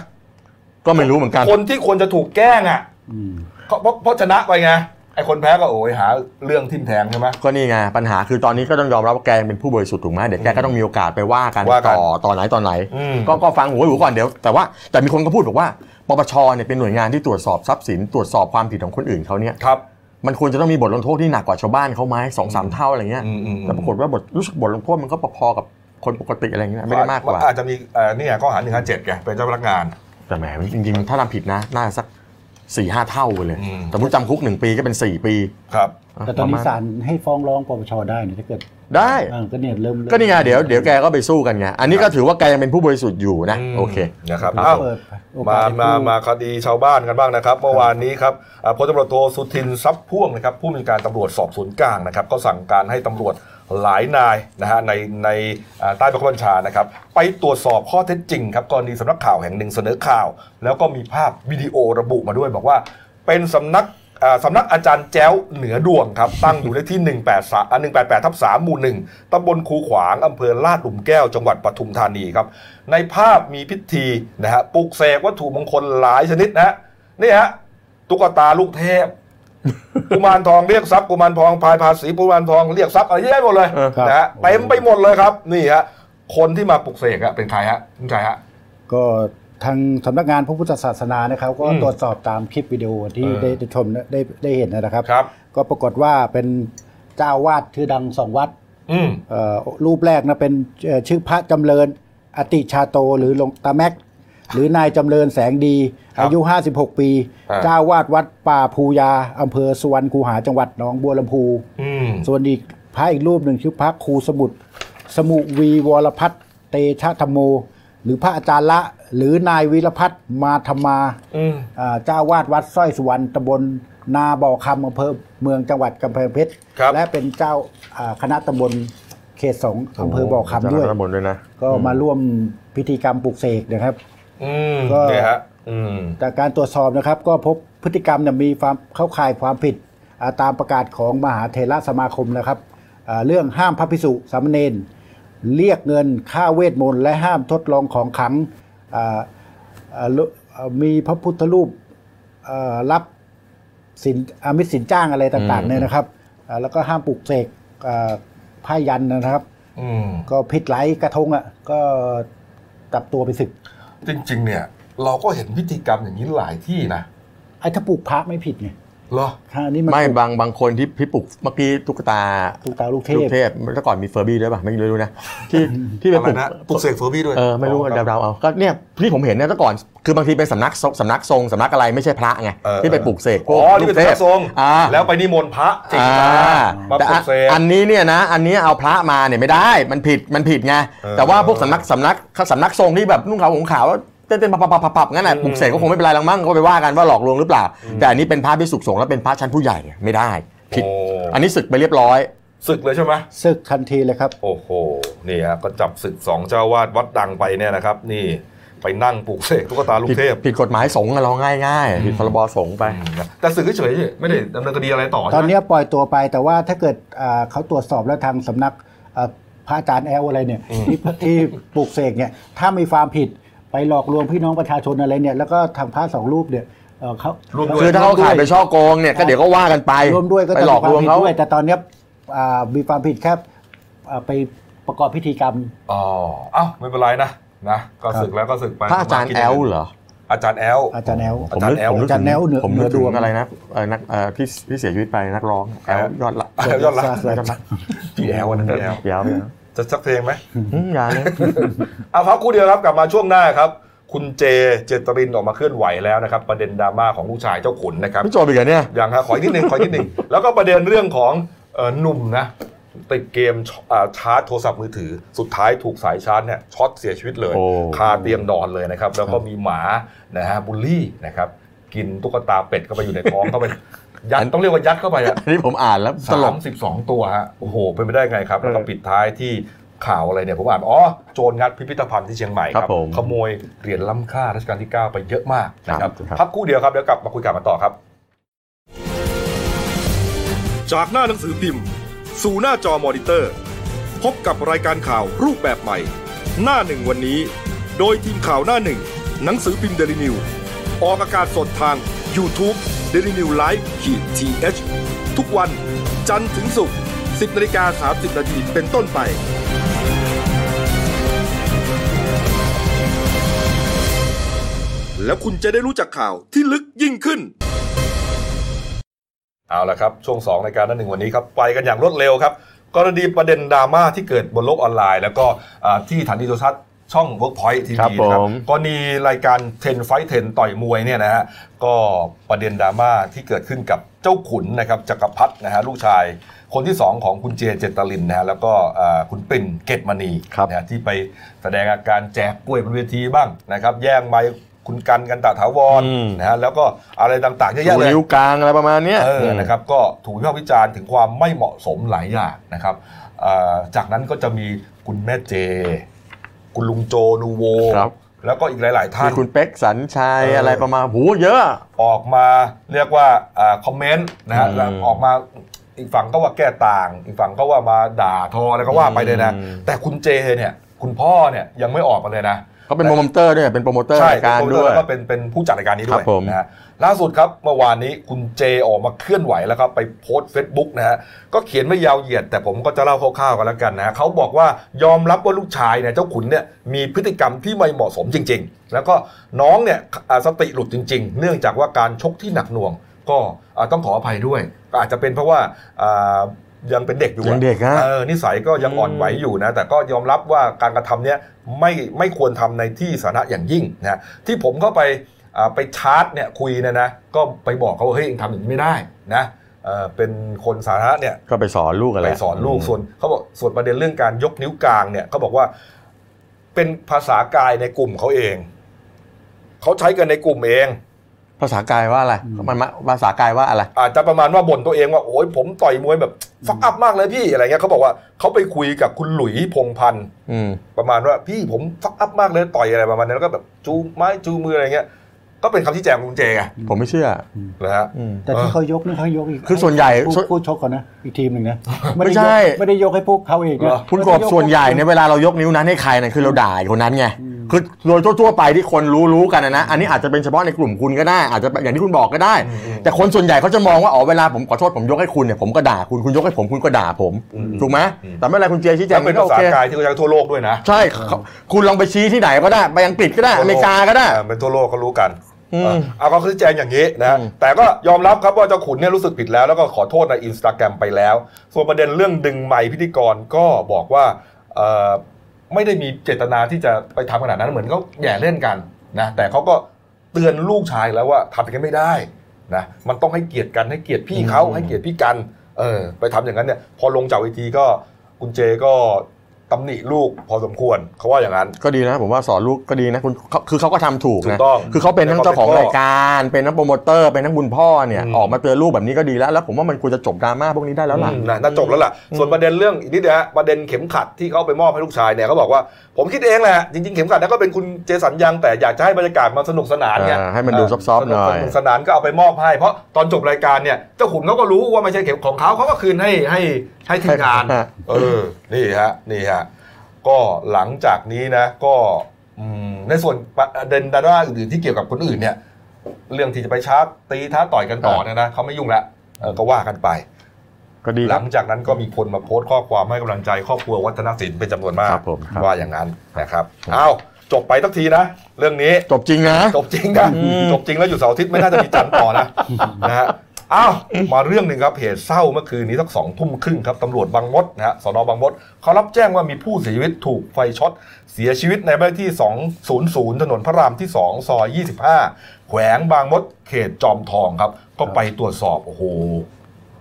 [SPEAKER 2] ก็ไม่รู้เหมือนกัน
[SPEAKER 1] คนที่ควรจะถูกแกล้งอ่ะ
[SPEAKER 3] อืม
[SPEAKER 1] เพราะเพราะเพราะชนะไปไงไอคนแพ้ก็โอ้ยหาเรื่องทิมแทงใช่ไหม
[SPEAKER 2] ก็นี่ไงปัญหาคือตอนนี้ก็ต้องยอมรับว่าแกเป็นผู้บริสุทธิ์ถูกไหมเดี๋ยวแกก็ต้องมีโอกาสไปว่ากัน
[SPEAKER 1] ว่ากัน
[SPEAKER 2] ต่อตอนไหนตอนไหน
[SPEAKER 1] อืม
[SPEAKER 2] ก็ก็ฟังหัวหูก่อนเดี๋ยวแต่ว่าแต่มีคนก็พูดบอกว่าปปชเนี่ยเป็นหน่วยงานที่ตรวจสอบทรัพย์สิน ตรวจสอบความผิดของคนอื่นเขาเนี่ย
[SPEAKER 1] ครับ
[SPEAKER 2] มันควรจะต้องมีบทลงโทษที่หนักกว่าชาวบ้านเขาไหมสองสามเท่าอะไรเงี้ย
[SPEAKER 1] อืมอืมอืม
[SPEAKER 2] แต่ปรากฏว่าบทรู้สึกบทลงโทษมันก็พอๆกับคนปกติอะไรเงี้ยไม่ได้มากกว่า
[SPEAKER 1] อาจจะมีเอ่อเนี่ยข้อหาหนึ่งห้าเจ็ดไงเป็นเจ้าพนักงาน
[SPEAKER 2] แต่แหมจริงๆถ้าทำผิดนะน่าจะสักสี่ห้าเท่าไปเลย
[SPEAKER 1] อืม
[SPEAKER 2] สมมติจำคุกหนึ่งปีก็เป็นสี่ปี
[SPEAKER 1] ครับ
[SPEAKER 2] ะ
[SPEAKER 3] แต่ตอน
[SPEAKER 2] ป
[SPEAKER 3] นี้
[SPEAKER 2] ระมาณ
[SPEAKER 3] ศาลให้ฟ้องร้องปปชได้เนี่ยถ้าเกิด
[SPEAKER 2] ได้
[SPEAKER 3] อ่าก็เนี่ยเริ่ม
[SPEAKER 2] ก็นี่ไงเดี๋ยวเดี๋ยวแกก็ไปสู้กันไง อันนี้ก็ถือว่าแกยังเป็นผู้บริสุทธิ์อยู่นะ
[SPEAKER 1] ม
[SPEAKER 2] โอเค
[SPEAKER 1] นะครับ
[SPEAKER 2] ครับ
[SPEAKER 1] เอ้า
[SPEAKER 3] เปิดโอ
[SPEAKER 1] มาก
[SPEAKER 3] าสให้
[SPEAKER 1] มา
[SPEAKER 3] ผู้
[SPEAKER 1] มาคดีชาวบ้านกันบ้างนะครับ เมื่อวานนี้ครับอ่าพลตำรวจโทสุทินทรัพย์พ่วงนะครับผู้มีการตำรวจสอบสวนกลางนะครับ ก็สั่งการให้ตำรวจหลายนายนะฮะในในอ่าใต้บังคับบัญชานะครับ ไปตรวจสอบข้อเท็จจริงครับกรณีสำนักข่าวแห่งหนึ่งเสนอข่าว แล้วก็มีภาพวิดีโอระบุมาด้วยบอกว่า เป็นสำนัก อ่าสำนักอาจารย์แจ้วเหนือดวงครับ ตั้งอยู่ในที่ 183อ่า188ทับ3หมู่ 1ตำบลคูขวางอำเภอลาดหลุมแก้วจังหวัดปทุมธานีครับ ในภาพมีพิธีนะฮะปลุกเสกวัตถุมงคลหลายชนิดนะฮะนี่ฮะตุ๊กตาลูกเทพ กุมารทองเรียกทรัพย์กุมารทองพายภาษีกุมารทองเรียกทรัพย์อะไรเยอะแยะหมดเลย
[SPEAKER 2] เออครับ
[SPEAKER 1] นะฮะเต็มไปหมดเลยครับ นี่ฮะคนที่มาปลุกเสกอะเป็นใครฮะคุณชัยฮะ
[SPEAKER 3] ก็ทางสำนักงานพระพุทธศาสนานะครับ ก็
[SPEAKER 1] อืม
[SPEAKER 3] ตรวจสอบตามคลิปวิดีโอที่
[SPEAKER 1] เออ
[SPEAKER 3] ได้ได้ชมได้ได้เห็นนะครับ
[SPEAKER 1] ครับ
[SPEAKER 3] ก็ปรากฏว่าเป็นเจ้าวาดชื่อดังสองวัด
[SPEAKER 1] อืม
[SPEAKER 3] เอ่อรูปแรกนะเป็นเอ่อชื่อพระจำเริญอติชาโตหรือหลวงตาแม็ก หรือนายจำเริญแสงดี
[SPEAKER 1] ครับ
[SPEAKER 3] อายุ 56 ปี
[SPEAKER 1] อ่า
[SPEAKER 3] เจ้าวาดวัดป่าภูยาอำเภอสุวรรณคูหาจังหวัดหนองบัวลำพู
[SPEAKER 1] อืม
[SPEAKER 3] ส่วนอีกพระอีกรูปหนึ่งชื่อพระครูสมุทรสมุวีวรพัฒน์เตชะธรรมโม หรือพระอาจารย์ละ หรือนายวีรพัฒน์มาธรรมา
[SPEAKER 1] อืม
[SPEAKER 3] อ่าเจ้าวาดวัดสร้อยสุวรรณตำบลนาบ่อคำอำเภอเมืองจังหวัดกำแพงเพชร
[SPEAKER 1] ครับ
[SPEAKER 3] และเป็นเจ้าอ่าคณะตำบลเขตสองอำเภอบ่อคำด้วย
[SPEAKER 2] ตำบลด้วยนะ
[SPEAKER 3] ก็มาร่วมพิธีกรรมปลุกเสกนะครับ
[SPEAKER 1] อืม
[SPEAKER 3] ก็
[SPEAKER 1] เนี่ยฮะ อืม
[SPEAKER 3] จากการตรวจสอบนะครับก็พบพฤติกรรมเนี่ยมีความเข้าข่ายความผิดอ่าตามประกาศของมหาเทระสมาคมนะครับอ่าเรื่องห้ามพระภิกษุสามเณรเรียกเงินค่าเวทมนต์และห้ามทดลองของขลังอ่าอ่าลุอ่ามีพระพุทธรูปอ่ารับสินอามิตสินจ้างอะไรต่าง
[SPEAKER 2] อื
[SPEAKER 3] ๆ
[SPEAKER 2] ม
[SPEAKER 3] เนี่ยนะครับอ่าแล้วก็ห้ามปลุกเสกอ่าผ้ายันนะครับ
[SPEAKER 1] อืม
[SPEAKER 3] ก็ผิดหลายกระทงอ่ะก็ตับตัวไปศึก
[SPEAKER 1] จริง ๆ เนี่ย เราก็เห็นพิธีกรรมอย่างนี้หลายที่นะ
[SPEAKER 3] ไอ้ถ้าปลูกพระไม่ผิดไง
[SPEAKER 1] เหรอ
[SPEAKER 3] ถ้าอันนี้มัน
[SPEAKER 2] ไม่
[SPEAKER 3] ปลูก
[SPEAKER 2] บางบางคนที่พี่ปลุกเมื่อกี้ตุ๊กตา
[SPEAKER 3] ตุ๊กตาลูกเท
[SPEAKER 2] ลู
[SPEAKER 3] พ
[SPEAKER 2] กเทพแต่ก่อนมีเฟอร์บี้ด้วยป่ะไม่รู้นะที่
[SPEAKER 1] *laughs*
[SPEAKER 2] ที่ไป
[SPEAKER 1] อะ
[SPEAKER 2] ป
[SPEAKER 1] ไร
[SPEAKER 2] ลุก
[SPEAKER 1] นะปลุกเสกเฟอร์บี้ด้วย
[SPEAKER 2] เออไม่รู้
[SPEAKER 1] คบ
[SPEAKER 2] เดาๆเอาก็เนี่ยที่ผมเห็นเนี่ยแต่ก่อนคือบางทีเป็นสำนักทรงสำนักทรงสำนักอะไรไม่ใช่พระไง
[SPEAKER 1] เออ
[SPEAKER 2] ที่ไปปลุกเสกพ
[SPEAKER 1] อ๋
[SPEAKER 2] วก
[SPEAKER 1] อนี่เป็นพ
[SPEAKER 2] ลูกทพ
[SPEAKER 1] ระทรง
[SPEAKER 2] อ่า
[SPEAKER 1] แล้วไปนิมนต์พระจริง
[SPEAKER 2] อ่า
[SPEAKER 1] มามา
[SPEAKER 2] แต่
[SPEAKER 1] ปลุ
[SPEAKER 2] อัน
[SPEAKER 1] กเสก
[SPEAKER 2] อันนี้เนี่ยนะอันนี้เอาพระมาเนี่ยไม่ได้มันผิดมันผิดไง
[SPEAKER 1] เออ
[SPEAKER 2] แต่ว่าพวกสำนักสำนักสำนักทรงที่แบบนุ่งขาวห่มขาวเต้นๆปับปับปับๆๆๆงั้นแหละ
[SPEAKER 1] อืม
[SPEAKER 2] ปลุกเสกก็คงไม่เป็นไรหรอกมั้งก็ไปว่ากันว่าหลอกลวงหรือเปล่า แต่อันนี้เป็นพระพิสุกสงฆ์แล้วเป็นพระชั้นผู้ใหญ่ไม่ได้ผิด
[SPEAKER 1] โอ้
[SPEAKER 2] อันนี้ศึกไปเรียบร้อย
[SPEAKER 1] ศึกเลยใช่ไหม
[SPEAKER 3] ศึกทันทีเลยครับ
[SPEAKER 1] โอ้โหนี่ฮะก็จับศึกสองเจ้าวาดวัดดังไปเนี่ยนะครับ นี่ไปนั่งปลุกเสกตุ๊กตาลู
[SPEAKER 2] ผิ
[SPEAKER 1] ก
[SPEAKER 2] ด
[SPEAKER 1] เทพ
[SPEAKER 2] ผิดกฎหมายสงฆ์อะเราง่ายๆ ผิดพรบสงฆ์ไป
[SPEAKER 1] แต่ศึกเฉยๆไม่ได้ดำเนินคดีอะไรต่อ
[SPEAKER 3] ต
[SPEAKER 1] ใช่
[SPEAKER 3] อน
[SPEAKER 1] ไหม
[SPEAKER 3] เนี้ยปล่อยตัวไปแต่ว่าถ้าเกิดอ่าเขาตรวจสอบแล้วทางสำนักอ่าพระอาจารย์แอลอะไรเนี่ยที่ที่ปลูกเสกเนี่ยถ้ามีความผิดไปหลอกลวงพี่น้องประชาชนอะไรเนี่ยแล้วก็ทางพระสองรูปเนี่ยเอ่อเขา
[SPEAKER 1] รวมด้ว
[SPEAKER 2] คือย ถ้าเขาขายไปนช่อโกงเนี่ยก็เดี๋ยวก็ว่ากันไป
[SPEAKER 3] ร่วมด้วยก็
[SPEAKER 2] ไป
[SPEAKER 3] จะ
[SPEAKER 2] หลอ
[SPEAKER 3] มี
[SPEAKER 2] ก
[SPEAKER 3] ความ
[SPEAKER 2] ลวง
[SPEAKER 3] ผิด
[SPEAKER 2] เขา
[SPEAKER 3] ด้วยแต่ตอนเนี้ยอ่ามีความผิดแค่อ่าไปประกอบพิธีกรรม
[SPEAKER 1] อ๋อ เอ้าไม่เป็นไรนะนะก็ศึกแล้วก็ศึกไป
[SPEAKER 2] พระอาจารย์แอลเหรอ
[SPEAKER 1] อาจารย์แอล
[SPEAKER 3] อาจารย์แอล
[SPEAKER 2] ผมนึก
[SPEAKER 1] อาจารย์แอล
[SPEAKER 2] ผมนึกผมนึก
[SPEAKER 3] อาจารย์แอลเหนือเหนือด
[SPEAKER 2] ถึง
[SPEAKER 3] วง
[SPEAKER 2] อะไรนะเอ่อนักเอ่อที่ที่เสียชีวิตไปนักร้องแอล
[SPEAKER 1] แอล
[SPEAKER 2] ยอดละ
[SPEAKER 1] อ่ะยอดรัก
[SPEAKER 2] ยอดละ
[SPEAKER 1] พี่แอลนะพี่แอล
[SPEAKER 2] ยาวไปนะ
[SPEAKER 1] จะสักเพลงไหม
[SPEAKER 2] อืมยาวเลย
[SPEAKER 1] เอาพักครู่เดียวครับกลับมาช่วงหน้าครับ คุณเจเจตรินออกมาเคลื่อนไหวแล้วนะครับ ประเด็นดราม่าของลูกชายเจ้าขุนนะครับ
[SPEAKER 2] พี่โจไปกันเนี่ย
[SPEAKER 1] อย่างฮะขออีกนิดหนึ่งขออีกนิดหนึ่งแล้วก็ประเด็นเรื่องของเอ่อหนุ่มนะติดเกมชอ่าชาร์จโทรศัพท์มือถือ สุดท้ายถูกสายชาร์จเนี่ยช็อตเสียชีวิตเลย
[SPEAKER 2] โอ้
[SPEAKER 1] คาเตียงนอนเลยนะครับ แล้วก็มีหมานะฮะบูลลี่นะครับกินตุ๊กตาเป็ดเข้าไปอยู่ในท้องเข้าไปยัดต้องเรียกว่ายัดเข้าไปอะ
[SPEAKER 2] อันนี้ผมอ่านแล้วต
[SPEAKER 1] สา
[SPEAKER 2] ล
[SPEAKER 1] ม
[SPEAKER 2] ก
[SPEAKER 1] สิบสองตัวฮะโอ้โห เป็นไปได้ไงครับ แล้วก็
[SPEAKER 2] เออ
[SPEAKER 1] ปิดท้ายที่ข่าวอะไรเนี่ยผมอ่าน อ๋อ โจรงัดพิพิธภัณฑ์ที่เชียงใหม่ค
[SPEAKER 2] ค
[SPEAKER 1] รั
[SPEAKER 2] รับ บผม
[SPEAKER 1] ขโมยเหรียญล้ำค่ารัชกาลที่ 9 ไปเยอะมากนะครับ
[SPEAKER 2] ครับ
[SPEAKER 1] พักครู่เดียวครับ เดี๋ยวกลับมาคุยกันมาต่อครับ จากหน้าหนังสือพิมพ์ สู่หน้าจอมอนิเตอร์ พบกับรายการข่าวรูปแบบใหม่ หน้าหนึ่งวันนี้ โดยทีมข่าวหน้าหนึ่ง หนังสือพิมพ์เดลิวิวออกอากาศสดทาง y o u t u เด d ิวิวไลฟ์ขีดทีเทุกวัน จันทร์ถึงศุกร์10นาฬิกา30นาทีเป็นต้นไป แล้วคุณจะได้รู้จักข่าวที่ลึกยิ่งขึ้น เอาละครับ ช่วง 2 ในการนั้นหนึ่งวันนี้ครับ ไปกันอย่างรวดเร็วครับ กรณีประเด็นดราม่าที่เกิดบนโลกออนไลน์ แล้วก็อ่าที่ฐานีโทรทัศน์ช่อง Workpoint ที
[SPEAKER 2] ครับ
[SPEAKER 1] วีนะครับ
[SPEAKER 2] ผม
[SPEAKER 1] กรณีรายการ10 Fight 10 ต่อยมวยเนี่ยนะฮะก็ประเด็นดราม่าที่เกิดขึ้นกับเจ้าขุนนะครับจักรพัฒนะฮะลูกชาย คนที่ 2 ของคุณเจเจตลินนะฮะแล้วก็อ่าคุณปิ่นเกตมณี
[SPEAKER 2] ครับ
[SPEAKER 1] นะฮะที่ไปแสดงอาการแจกกล้วยบนเวทีบ้างนะครับแย่งไมค์คุณกันกันตาถาวร
[SPEAKER 2] อืม
[SPEAKER 1] นะฮะแล้วก็อะไรต่างๆเยอะแยะ
[SPEAKER 2] ดู
[SPEAKER 1] เลย
[SPEAKER 2] นิ้วกลางอะไรประมาณเนี้ย
[SPEAKER 1] เออนะครับก็ถูกวิพากษ์วิจารณ์ถึงความไม่เหมาะสมหลายอย่างนะครับเอ่อจากนั้นก็จะมีคุณแม่เจ คุณลุงโจนูโว
[SPEAKER 2] ครับ
[SPEAKER 1] แล้วก็อีกหลาย ๆ ท่า
[SPEAKER 2] มี
[SPEAKER 1] น
[SPEAKER 2] คุณเป๊กสัญชัย
[SPEAKER 1] เอออ
[SPEAKER 2] อะไรประมาณหูเยอะ
[SPEAKER 1] ออกมาเรียกว่าอาคอมเมนต์นะฮะ
[SPEAKER 2] อืม
[SPEAKER 1] แล้วออกมาอีกฝั่งก็ว่าแก้ต่าง อีกฝั่งก็ว่ามาด่าทอแล้วก็ว่าไปเลยนะ
[SPEAKER 2] อืม
[SPEAKER 1] แต่คุณเจเนี่ย คุณพ่อเนี่ยยังไม่ออกมาเลยนะ
[SPEAKER 2] เขาเป็นโปรโมเตอร์ด้วยเป็นโปรโมเตอร์
[SPEAKER 1] ใช่
[SPEAKER 2] รายการ
[SPEAKER 1] เป็นโป
[SPEAKER 2] ด้
[SPEAKER 1] โมเตอ
[SPEAKER 2] วย
[SPEAKER 1] แล้วก็เป็นเป็นผู้จัดรายการนี้ด้ว
[SPEAKER 2] ค
[SPEAKER 1] ย
[SPEAKER 2] รับผม
[SPEAKER 1] นะฮะล่าสุดครับเมื่อวานนี้คุณเจออกมาเคลื่อนไหวแล้วครับไปโพสต์เฟซบุ๊กนะฮะก็เขียนไม่ยาวเหยียด แต่ผมก็จะเล่าคร่าวๆกันแล้วกันนะฮะเขาบอกว่ายอมรับว่าลูกชายเนี่ยเจ้าขุนเนี่ยมีพฤติกรรมที่ไม่เหมาะสมจริง ๆ แล้วก็น้องเนี่ยอ่าสติหลุดจริง ๆ เนื่องจากว่าการชกที่หนักหน่วง ก็อ่าต้องขออภัยด้วยก็อาจจะเป็นเพราะว่าอ่ายังเป็นเด็กอยู่
[SPEAKER 2] ยั
[SPEAKER 1] อะ
[SPEAKER 2] งเด็กฮะ
[SPEAKER 1] เออนิสัยก็ยังอ่อนไหวอยู่นะ แต่ก็ยอมรับว่าการกระทำเนี้ยไม่ไม่ควรทำในที่สาธารณะอย่างยิ่งนะที่ผมเข้าไปอ่าไปชาร์จเนี่ยคุยเนี่ยนะก็ไปบอกเขาว่าเฮ้ยเองทำอย่างนี้ไม่ได้นะเออเป็นคนสาธารณะเนี่ย
[SPEAKER 2] ก็ไปสอนลูกอะไร
[SPEAKER 1] ไปสอนลูกส่วนเขาบอกส่วนประเด็นเรื่องการยกนิ้วกลางเนี่ยเขาบอกว่าเป็นภาษากายในกลุ่มเขาเองเขาใช้กันในกลุ่มเอง
[SPEAKER 2] ภาษากายว่าอะไรมันมาภาษากายว่าอะไร
[SPEAKER 1] อาจจะประมาณว่าบ่นตัวเองว่าโอ้ยผมต่อยมวยแบบฟักอัพมากเลยพี่อะไรเงี้ยเขาบอกว่าเขาไปคุยกับคุณหลุยพงษ์พันธ์
[SPEAKER 2] อืม
[SPEAKER 1] ประมาณว่าพี่ผมฟักอัพมากเลยต่อยอะไรประมาณนั้นแล้วก็แบบจูไม้จูมืออะไรเงี้ยก็เป็นคำชี้แจงของคุณเจไง
[SPEAKER 2] ผมไม่เชื่อ
[SPEAKER 1] นะฮะ
[SPEAKER 2] อืม
[SPEAKER 3] แต่ที่เขายกนี่เขายกอีก
[SPEAKER 2] คือส่วนใหญ่
[SPEAKER 3] ผู้
[SPEAKER 2] ส่วน
[SPEAKER 3] ผู้ชกก่อนนะอีกทีมหนึ่งนะ
[SPEAKER 2] ไม่ใช่
[SPEAKER 3] ด้ยกไม่ได้ยกให้พวกเขาเอง
[SPEAKER 1] เหร
[SPEAKER 3] นะ
[SPEAKER 1] อ
[SPEAKER 2] คุณกบส่วนใหญ่เนี่ยเวลาเรายกนิ้วนั้นให้ใครเนี่ยคือเราด่าไอ้คนนั้นไงคือโดยทั่วๆไปที่คนรู้รู้กันนะนะอันนี้อาจจะเป็นเฉพาะในกลุ่มคุณก็ได้อาจจะอย่างที่คุณบอกก็ได้ แต่คนส่วนใหญ่เขาจะมองว่าอ๋อเวลาผมขอโทษผมยกให้คุณเนี่ยผมก็ด่าคุณคุณยกให้ผมคุณก็ด่าผมถูกไหมแต่ไม่เป็นไรคุณเจชี้แจ
[SPEAKER 1] แล้ว
[SPEAKER 2] ง
[SPEAKER 1] เป็น
[SPEAKER 2] ก็
[SPEAKER 1] ภา
[SPEAKER 2] โอ
[SPEAKER 1] ษา
[SPEAKER 2] เค
[SPEAKER 1] กายที่เขาใช้ทั่วโลกด้วยนะ
[SPEAKER 2] ใช่เขาคุณลองไปชี้ที่ไหนก็ได้ ไปอังกฤษก็ได้ อเมริกาก็ได้
[SPEAKER 1] อ่เป็นทั่วโลกก็รู้กัน
[SPEAKER 2] อืม
[SPEAKER 1] เออเอาก็ชี้แจงอย่างนี้นะ
[SPEAKER 2] อืม
[SPEAKER 1] แต่ก็ยอมรับครับว่าเจ้าขุนเนี่ยรู้สึกผิดแล้วแล้วก็ขอโทษในอินสตาแกรมไปแล้ว ส่วนประเด็นเรื่องดึงไมค์พิธีกรก็บอกว่าเอ่อไม่ได้มีเจตนาที่จะไปทำขนาดนั้นเหมือนเขาแย่เล่นกันนะแต่เขาก็เตือนลูกชายแล้วว่าทำอย่างนั้นไม่ได้ นะมันต้องให้เกียรติกันให้เกียรติพี่เขาให้เกียรติพี่กันเออไปทำอย่างนั้นเนี่ยพอลงจากเวทีก็คุณเจก็ตำหนิลูกพอสมควรเขาว่าอย่างนั้น
[SPEAKER 2] ก็ดีนะผมว่าสอนลูกก็ดีนะคุณเขาคือเขาก็ทำถูก
[SPEAKER 1] ถู
[SPEAKER 2] นะ
[SPEAKER 1] กต้อง
[SPEAKER 2] คือเขาเป็นทั้งเจ้าของ
[SPEAKER 1] แล้วก็เป็นพ่อ
[SPEAKER 2] รายการ เป็นทั้งโปรโมเตอร์เป็นทั้งคุณพ่อเนี่ย
[SPEAKER 1] อืม
[SPEAKER 2] ออกมาเตือนลูกแบบนี้ก็ดีแล้ว แล้วผมว่ามันควรจะจบดราม่าพวกนี้ได้แล้วล่ะ
[SPEAKER 1] อืมนะน่าจบแล้วล่ะ ส่วนประเด็นเรื่องอีกนิดนะฮะประเด็นเข็มขัดที่เขาไปมอบให้ลูกชายเนี่ยเขาบอกว่าผมคิดเองแหละจริงๆเข็มขัดนั้นก็เป็นคุณเจสันยังแต่อยากจะให้บรรยากาศมันสนุกสนานไง
[SPEAKER 2] อ่าให้มันดู
[SPEAKER 1] เ
[SPEAKER 2] ซอฟต์ๆหน่อย
[SPEAKER 1] สกสนานก็เอาไปมอบให้ เพราะตอนจบรายการเนี่ยเจ้าขุนเขาก็รู้ว่าไม่ใช่เข็มของเขาเขาก็คืนให้ให้ให้ทีมงาน เออ นี่ฮะ นี่ฮะ ก็หลังจากนี้นะ ก็อืมในส่วนประเด็นดราม่าอื่นๆที่เกี่ยวกับคนอื่นเนี่ย เรื่องที่จะไปชาร์จตีท้าต่อยกันต่อเนี่ยนะเขาไม่ยุ่งละเออก็ว่ากันไป
[SPEAKER 2] ก็ดี
[SPEAKER 1] ห
[SPEAKER 2] ค
[SPEAKER 1] ลั
[SPEAKER 2] รับ
[SPEAKER 1] งจากนั้นก็มีคนมาโพสต์ข้อความให้กำลังใจครอบครัววัฒนศิลป์เป็นจำนวนมาก
[SPEAKER 2] ครับผมครับ
[SPEAKER 1] ว่าอย่างนั้นนะครับ เอาจบไปทักทีนะ เรื่องนี้
[SPEAKER 2] จบจริงนะ
[SPEAKER 1] จบจริงนะจบจริงแล้วอยู่เสาร์อาทิตย์ไม่น่าจะมีจันทร์ต่อนะ นะฮะอ้าวมาเรื่องหนึ่งครับเหตุเศร้าเมื่อคืนนี้สักสองทุ่มครึ่งครับตำรวจบางมดนะฮะสนบางมดเขารับแจ้งว่ามีผู้เสียชีวิตถูกไฟช็อต เสียชีวิตในบ้านเลขที่ 200 ถนนพระรามที่ 2 ซอย 25 แขวงบางมดเขตจอมทองครับ ก็ไปตรวจสอบโอ้โห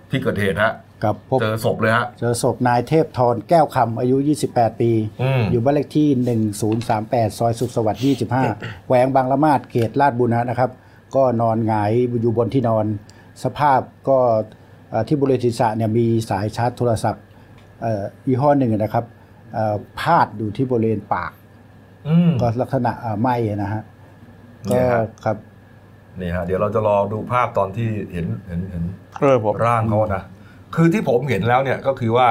[SPEAKER 1] ที่เกิดเหตุฮะ
[SPEAKER 3] กับพบ
[SPEAKER 1] เจอศพเลยฮะ
[SPEAKER 3] เจอศพนายเทพธรแก้วคำอายุ 28 ปี
[SPEAKER 1] อืม
[SPEAKER 3] อยู่บ้านเลขที่ 1038 ซอยสุขสวัสดิ์25 แขวงบางละมาดเขตลาดบุรณะนะครับ ก็นอนหงายอยู่บนที่นอน สภาพก็เอ่อที่บริเวณศีรษะเนี่ยมีสายชาร์จโทรศัพท์เอ่อยี่ห้อหนึ่งนะครับเอ่อพาดอยู่ที่บริเวณปาก
[SPEAKER 1] อืม
[SPEAKER 3] ก็ลักษณะเอ่อไหมนะฮะ
[SPEAKER 1] เนี่
[SPEAKER 3] ก็
[SPEAKER 1] ยฮะ
[SPEAKER 3] ครับ
[SPEAKER 1] นี่ฮะเดี๋ยวเราจะรอดูภาพตอนที่เห็นเห็นเห็น
[SPEAKER 2] เออผม
[SPEAKER 1] ร่างเขานะ คือที่ผมเห็นแล้วเนี่ยก็คือว่า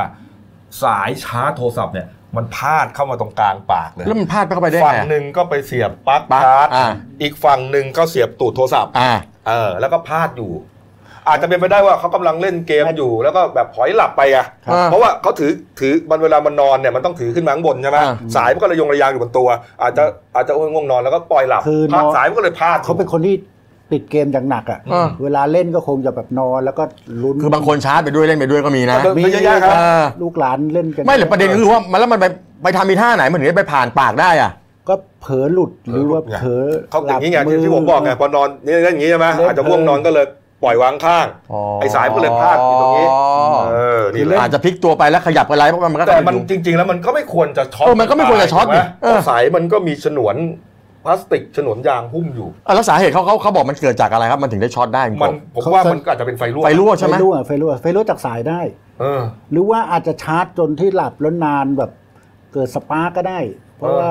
[SPEAKER 1] สายชาร์จโทรศัพท์เนี่ยมันพาดเข้ามาตรงกลางปากเลย
[SPEAKER 2] แล้วมันพลาดไปเข้าไปได้
[SPEAKER 1] ฝั่ง
[SPEAKER 2] ไง
[SPEAKER 1] หนึ่งก็ไปเสียบปลั๊ก
[SPEAKER 2] ปลั๊ก
[SPEAKER 1] ชาร์จ
[SPEAKER 2] อ่า
[SPEAKER 1] อีกฝั่งหนึ่งก็เสียบตูดโทรศัพท์
[SPEAKER 2] อ่า
[SPEAKER 1] เออแล้วก็พาดอยู่ อาจจะเป็นไปได้ว่าเขากำลังเล่นเกมอยู่ แล้วก็แบบหอยหลับไปอะ
[SPEAKER 2] ครับ
[SPEAKER 1] เพราะว่าเขาถือถือมันเวลามันนอนเนี่ยมันต้องถือขึ้นมาข้างบนใช่ไหม
[SPEAKER 2] อ่า
[SPEAKER 1] สายมันก็ระยงระยางอยู่บนตัว อาจจะอาจจะโอ้ยง่วงนอนแล้วก็ปล่อยหลับ
[SPEAKER 3] คือ
[SPEAKER 1] พาด
[SPEAKER 3] นอน
[SPEAKER 1] สายมันก็เลยพาดอยู่
[SPEAKER 3] เขาเป็นคนที่ติดเกมอย่างหนักอ่ะ
[SPEAKER 2] อ่า
[SPEAKER 3] เวลาเล่นก็คงจะแบบนอนแล้วก็ลุ้น
[SPEAKER 2] คือบางคนชาร์จไปด้วยเล่นไปด้วยก็มีนะ
[SPEAKER 1] ก็
[SPEAKER 3] มี
[SPEAKER 1] เยอะแยะครับ
[SPEAKER 2] เออ
[SPEAKER 3] ลูกหลานเล่นกัน
[SPEAKER 2] ไม่หรือประเด็นก็คือว่ามันแล้วมันไปไปทำมีท่าไหนมันถึงได้ไปผ่านปากได้อ่ะ
[SPEAKER 3] ก็เผลอหลุดหรือว่าเผลอ
[SPEAKER 1] เขาอย่างนี้
[SPEAKER 3] ห
[SPEAKER 1] ไง
[SPEAKER 3] ลับ
[SPEAKER 1] ที่ที่ผมบอกไงพอนอนนี่อย่างนี้ใช่ไหม
[SPEAKER 3] เล่น
[SPEAKER 1] อาจจะง่วงนอนก็เลยปล่อยวางข้าง
[SPEAKER 2] อ๋อ
[SPEAKER 1] ไอ้สายมันก็เลยพลาดอยู่ตรงนี้
[SPEAKER 2] อ๋อ
[SPEAKER 1] เออนี่แหละ
[SPEAKER 2] อาจจะพลิกตัวไปแล้วขยับอะไรเพราะมันก็
[SPEAKER 1] แต่มัน
[SPEAKER 2] อยู่
[SPEAKER 1] จริง ๆ แล้วมันก็ไม่ควรจะช็อต
[SPEAKER 2] เออมันก็ไม่ควรจะช็อต
[SPEAKER 1] ถูกไหม
[SPEAKER 2] เนี่ยเอ
[SPEAKER 1] เพ
[SPEAKER 2] อ
[SPEAKER 1] ราะสายมันก็มีฉนวนพลาสติกฉนวนยางหุ้มอยู่
[SPEAKER 2] อ่ะแล้วสาเหตุเขาเขาเขาบอกมันเกิดจากอะไรครับ มันถึงได้ช็อตได้คุณ
[SPEAKER 1] มัน
[SPEAKER 2] กบ
[SPEAKER 1] ผม
[SPEAKER 3] เขา
[SPEAKER 1] ว่า
[SPEAKER 3] สัก
[SPEAKER 1] มันก็อาจจะเป็นไฟรั่ว
[SPEAKER 2] ไฟรั่วใช่ไหม
[SPEAKER 3] ไฟรั่วไฟรั่วไฟรั่วจากสายได้
[SPEAKER 1] เออ
[SPEAKER 3] หรือว่าอาจจะชาร์จจนที่หลับแล้วนานแบบเกิดสปาร์กก็ได้ เพราะ
[SPEAKER 1] เออ
[SPEAKER 3] ว่า